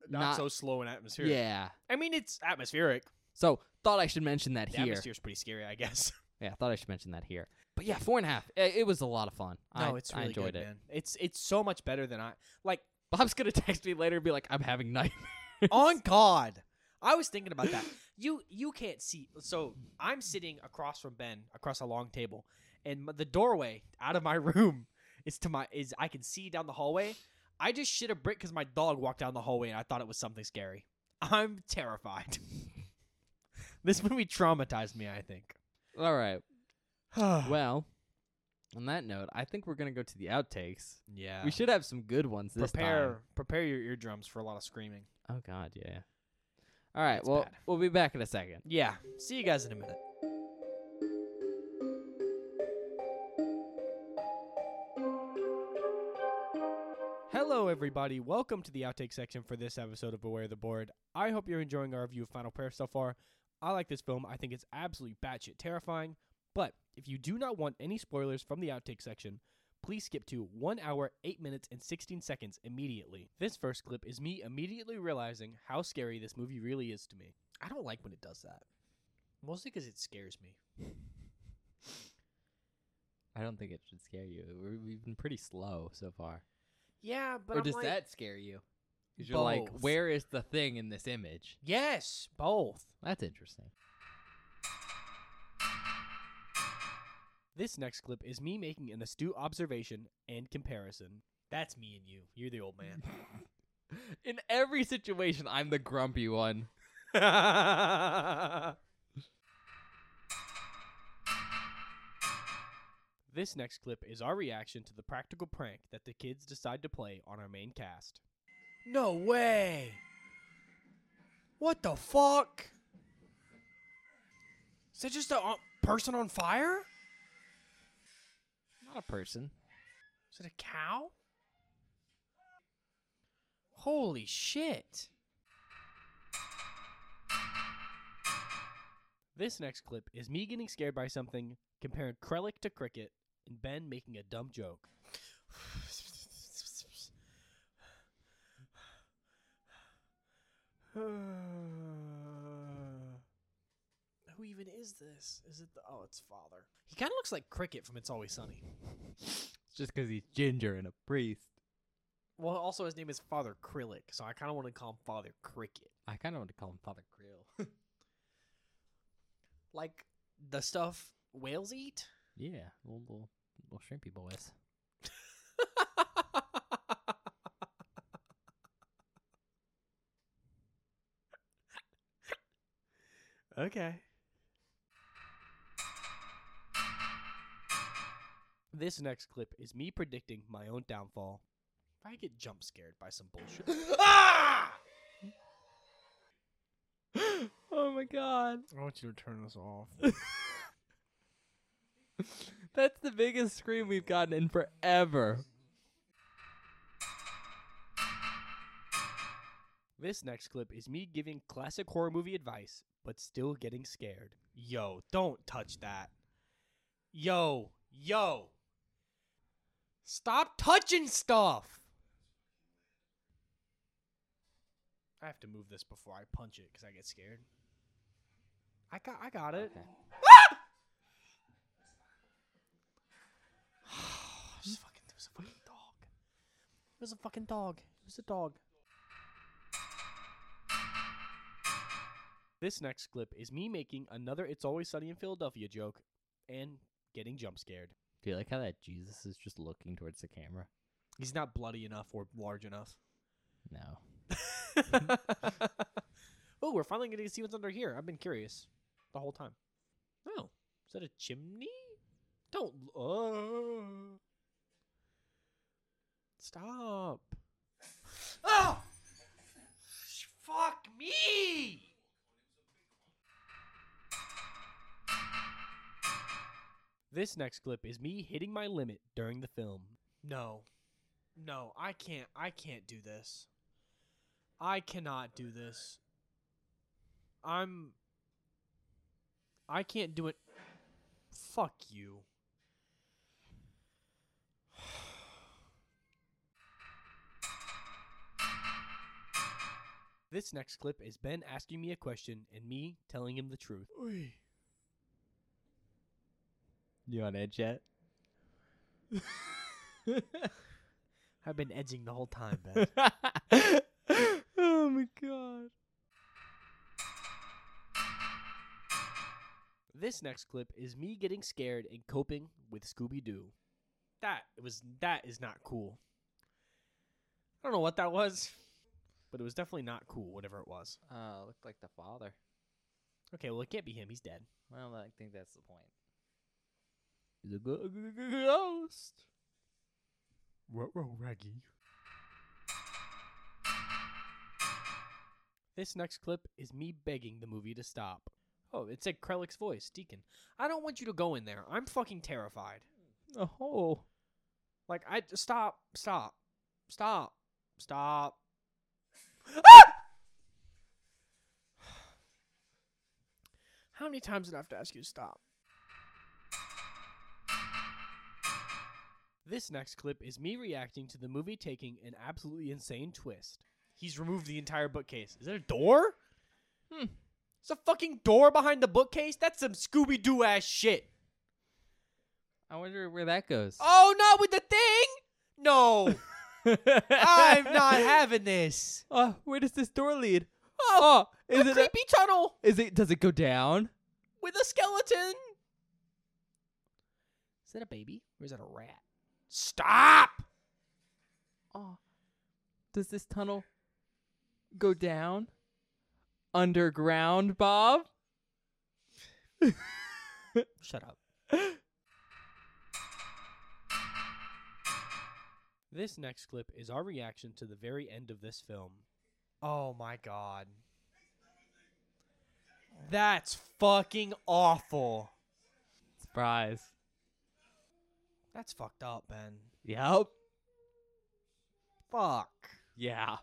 not Not- so
slow and atmospheric.
Yeah.
I mean, it's atmospheric.
So thought I should mention that
The
here.
atmosphere's pretty scary, I guess.
Yeah, thought I should mention that here. But yeah, four and a half. I- It, was a lot of fun. I, I enjoyed it.
man. It's it's so much better than I like.
Bob's gonna [LAUGHS] text me later and be like, "I'm having night."
on God, I was thinking [LAUGHS] about that. You you can't see. So I'm sitting across from Ben, across a long table, and m- the doorway out of my [LAUGHS] room is to my is I can see down the hallway. I just shit a brick because my dog walked down the hallway and I thought it was something scary. I'm terrified. [LAUGHS] this movie traumatized me. I [SIGHS] think.
All right. Well, on that note, I think we're gonna go to the outtakes.
yeah.
We should have some good ones this
prepare
time.
prepare your eardrums for a lot of screaming.
Oh God, yeah. All right.
That's
well,
bad.
we'll be back in a second.
Yeah. See you guys in a minute.
Hello, everybody. Welcome to the outtake section for this episode of Beware the Board. I hope you're enjoying our review of Final Prayer so far. I like this film. I think it's absolutely batshit terrifying. But if you do not want any spoilers from the outtake section, please skip to 1 hour, 8 minutes, and 16 seconds immediately. This first clip is me immediately realizing how scary this movie really is to me.
I don't like when it does that. Mostly because it scares me.
I don't think it should scare you. We're- We've been pretty slow so far.
Yeah, but
or
I'm
does
like,
that scare you? 'Cause you're like,
Both.
where is the thing in this image?
Yes, both.
That's interesting.
This next clip is me making an astute observation and comparison.
That's me and you. You're the old
[LAUGHS]
man.
In every situation, I'm the grumpy one.
[LAUGHS] This next clip is our reaction to the practical prank that the kids decide to play on our main cast.
no way. What the fuck? Is that just a uh, person on fire?
Not a person.
Is it a cow? Holy shit.
This next clip is me getting scared by something, comparing Krellick to Cricket, and Ben making a dumb
[SIGHS]
joke.
Who even is this? Is it the oh, it's father. He kind of looks like Cricket from It's Always Sunny.
It's just because he's ginger and a priest.
Well, also his name is Father Krillick, so I kind of want to call him Father Cricket.
I kind of want to call him Father Krill. [LAUGHS]
Like the stuff whales eat. [LAUGHS]
Yeah, little little, little shrimpy boys.
okay.
This next clip is me predicting my own downfall.
I get jump scared by some [LAUGHS] bullshit. ah!
[GASPS] oh my god.
I want you to turn this off.
That's the biggest scream we've gotten in forever.
This next clip is me giving classic horror movie advice, but still getting scared.
Yo, don't touch that. Yo, yo. Stop touching stuff. I have to move this before I punch it because I get scared. I got, I got it. [SIGHS] Ah! Just fucking, there's a fucking dog. was a fucking dog. It was a dog.
This next clip is me making another It's Always Sunny in Philadelphia joke and getting jump scared.
Do you like how that Jesus is just looking towards the camera?
He's not bloody enough or large enough.
No.
[LAUGHS] oh, we're finally getting to see what's under here. I've been curious the whole time. Oh, is that a chimney? Don't. Uh, stop. Oh! Fuck me!
This next clip is me hitting my limit during the film.
No. No, I can't. I can't do this. I cannot do this. I'm. I can't do it. Fuck you. [SIGHS]
This next clip is Ben asking me a question and me telling him the truth.
You on edge yet?
[LAUGHS] I've been edging the whole time, Ben.
[LAUGHS] oh my god.
This next clip is me getting scared and coping with Scooby Doo. That was that is not cool.
I don't know what that was.
But it was definitely not cool, whatever it was.
Uh, looked like the father.
Okay, well it can't be him, he's dead.
Well, I think that's the point. He's a gho- gho- gho- ghost.
Ruh Reggie. This next clip is me begging the movie to stop.
Oh, it said Krellick's voice, Deacon. I don't want you to go in there. I'm fucking terrified.
Oh.
Like, I. Stop. Stop. Stop. Stop. [SIGHS] How many times did I have to ask you to stop?
This next clip is me reacting to the movie taking an absolutely insane twist.
He's removed the entire bookcase. Is there a door? Hmm. There's a fucking door behind the bookcase? That's some Scooby Doo ass shit.
I wonder where that goes. [LAUGHS]
Oh, not with the thing? No. I'm not having this.
[LAUGHS] Oh, where does this door lead?
Oh,
Oh, is
a
it? a-
creepy tunnel
is it? Does it go down?
with a skeleton. Is that a baby or is that a rat? Stop!
Oh, does this tunnel go down underground, Bob?
[LAUGHS] Shut up.
This next clip is our reaction to the very end of this film.
Oh my god. That's fucking awful.
Surprise.
That's fucked up, Ben.
Yep.
Fuck.
Yeah.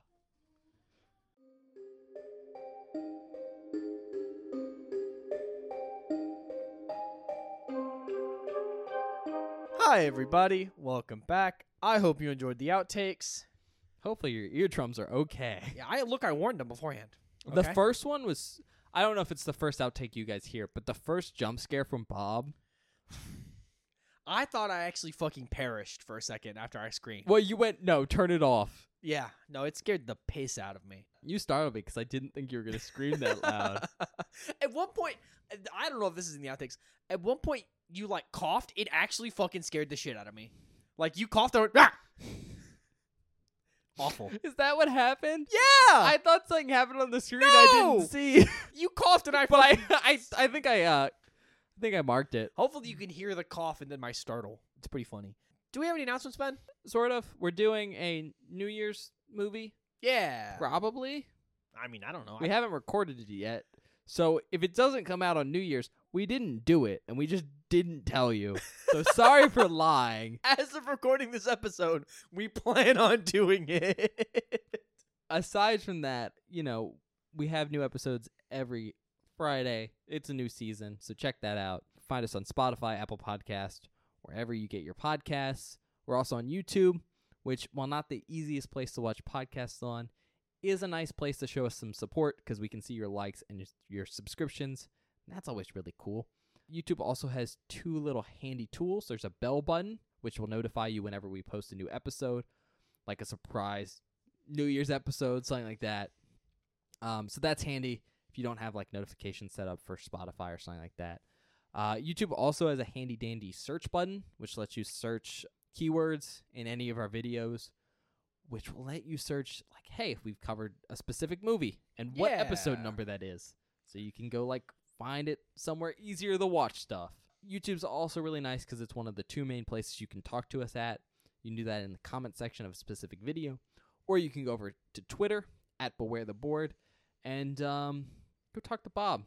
Hi, everybody. Welcome back. I hope you enjoyed the outtakes.
Hopefully your eardrums are okay.
Yeah, I look, I warned them beforehand.
The
Okay?
first one was I don't know if it's the first outtake you guys hear, but the first jump scare from Bob.
I thought I actually fucking perished for a second after I screamed.
Well, you went no, turn it off.
Yeah, no, it scared the piss out of me.
You startled me because I didn't think you were gonna scream
[LAUGHS]
that loud.
At one point, I don't know if this is in the outtakes. At one point, you like coughed. It actually fucking scared the shit out of me. Like you coughed. I went, "Ah!" Awful.
Is that what happened?
Yeah,
I thought something happened on the screen I
No!
didn't
[LAUGHS]
see. [LAUGHS]
you coughed and I.
but I,
fucking- [LAUGHS]
I I think I uh I think I marked it.
Hopefully, you can hear the cough and then my startle. It's pretty funny. Do we have any announcements, Ben?
Sort of. We're doing a New Year's movie.
Yeah.
Probably.
I mean, I don't know.
We haven't recorded it yet. So if it doesn't come out on New Year's, we didn't do it and we just didn't tell you. So
[LAUGHS]
sorry for lying.
As of recording this episode, we [LAUGHS] plan on doing it.
aside from that, you know, we have new episodes every Friday. It's a new season, so check that out. Find us on Spotify, Apple Podcast, wherever you get your podcasts. We're also on YouTube, which while not the easiest place to watch podcasts on, is a nice place to show us some support because we can see your likes and your- your subscriptions. And that's always really cool. YouTube also has two little handy tools. There's a bell button, which will notify you whenever we post a new episode. like a surprise New Year's episode, something like that. Um, so that's handy if you don't have like notifications set up for Spotify or something like that. Uh, YouTube also has a handy dandy search button, which lets you search keywords in any of our videos, which will let you search like, hey, if we've covered a specific movie and what episode
Yeah.
number that is, so you can go like find it somewhere easier to watch stuff. YouTube's also really nice because it's one of the two main places you can talk to us at. You can do that in the comment section of a specific video, or you can go over to Twitter at Beware the Board and um, go talk to Bob.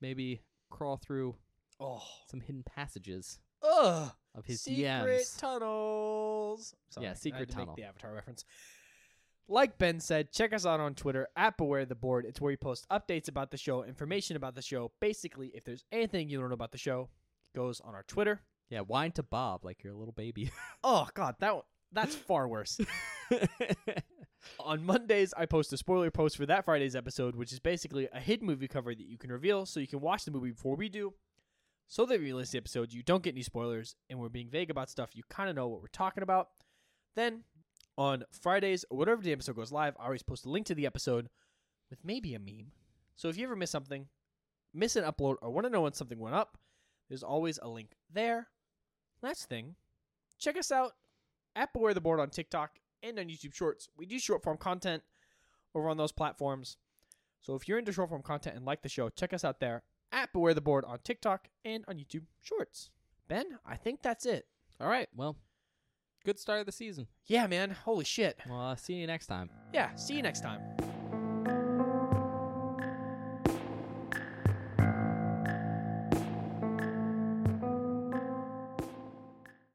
Maybe crawl through
Oh,
some hidden passages
ugh.
of his
secret
DMs.
tunnels.
Yeah,
I
secret
had to make
tunnel.
the Avatar reference. Like Ben said, check us out on Twitter at Beware the Board. It's where we post updates about the show, information about the show. Basically, if there's anything you don't know about the show, it goes on our Twitter.
yeah, whine to Bob like you're a little baby. [LAUGHS]
Oh God, that one, that's far worse. on Mondays, I post a spoiler post for that Friday's episode, which is basically a hidden movie cover that you can reveal, so you can watch the movie before we do. So that we release the episode, you don't get any spoilers, and we're being vague about stuff. You kind of know what we're talking about. Then on Fridays or whatever the episode goes live, I always post a link to the episode with maybe a meme. So if you ever miss something, miss an upload, or want to know when something went up, there's always a link there. Last thing, check us out at Beware the Board on TikTok and on YouTube Shorts. We do short form content over on those platforms. So if you're into short form content and like the show, check us out there at Beware the Board on TikTok and on YouTube Shorts. Ben, I think that's it.
All right, well, good start of the season.
Yeah, man. Holy shit.
Well, I'll see you next time.
Yeah, see you next time.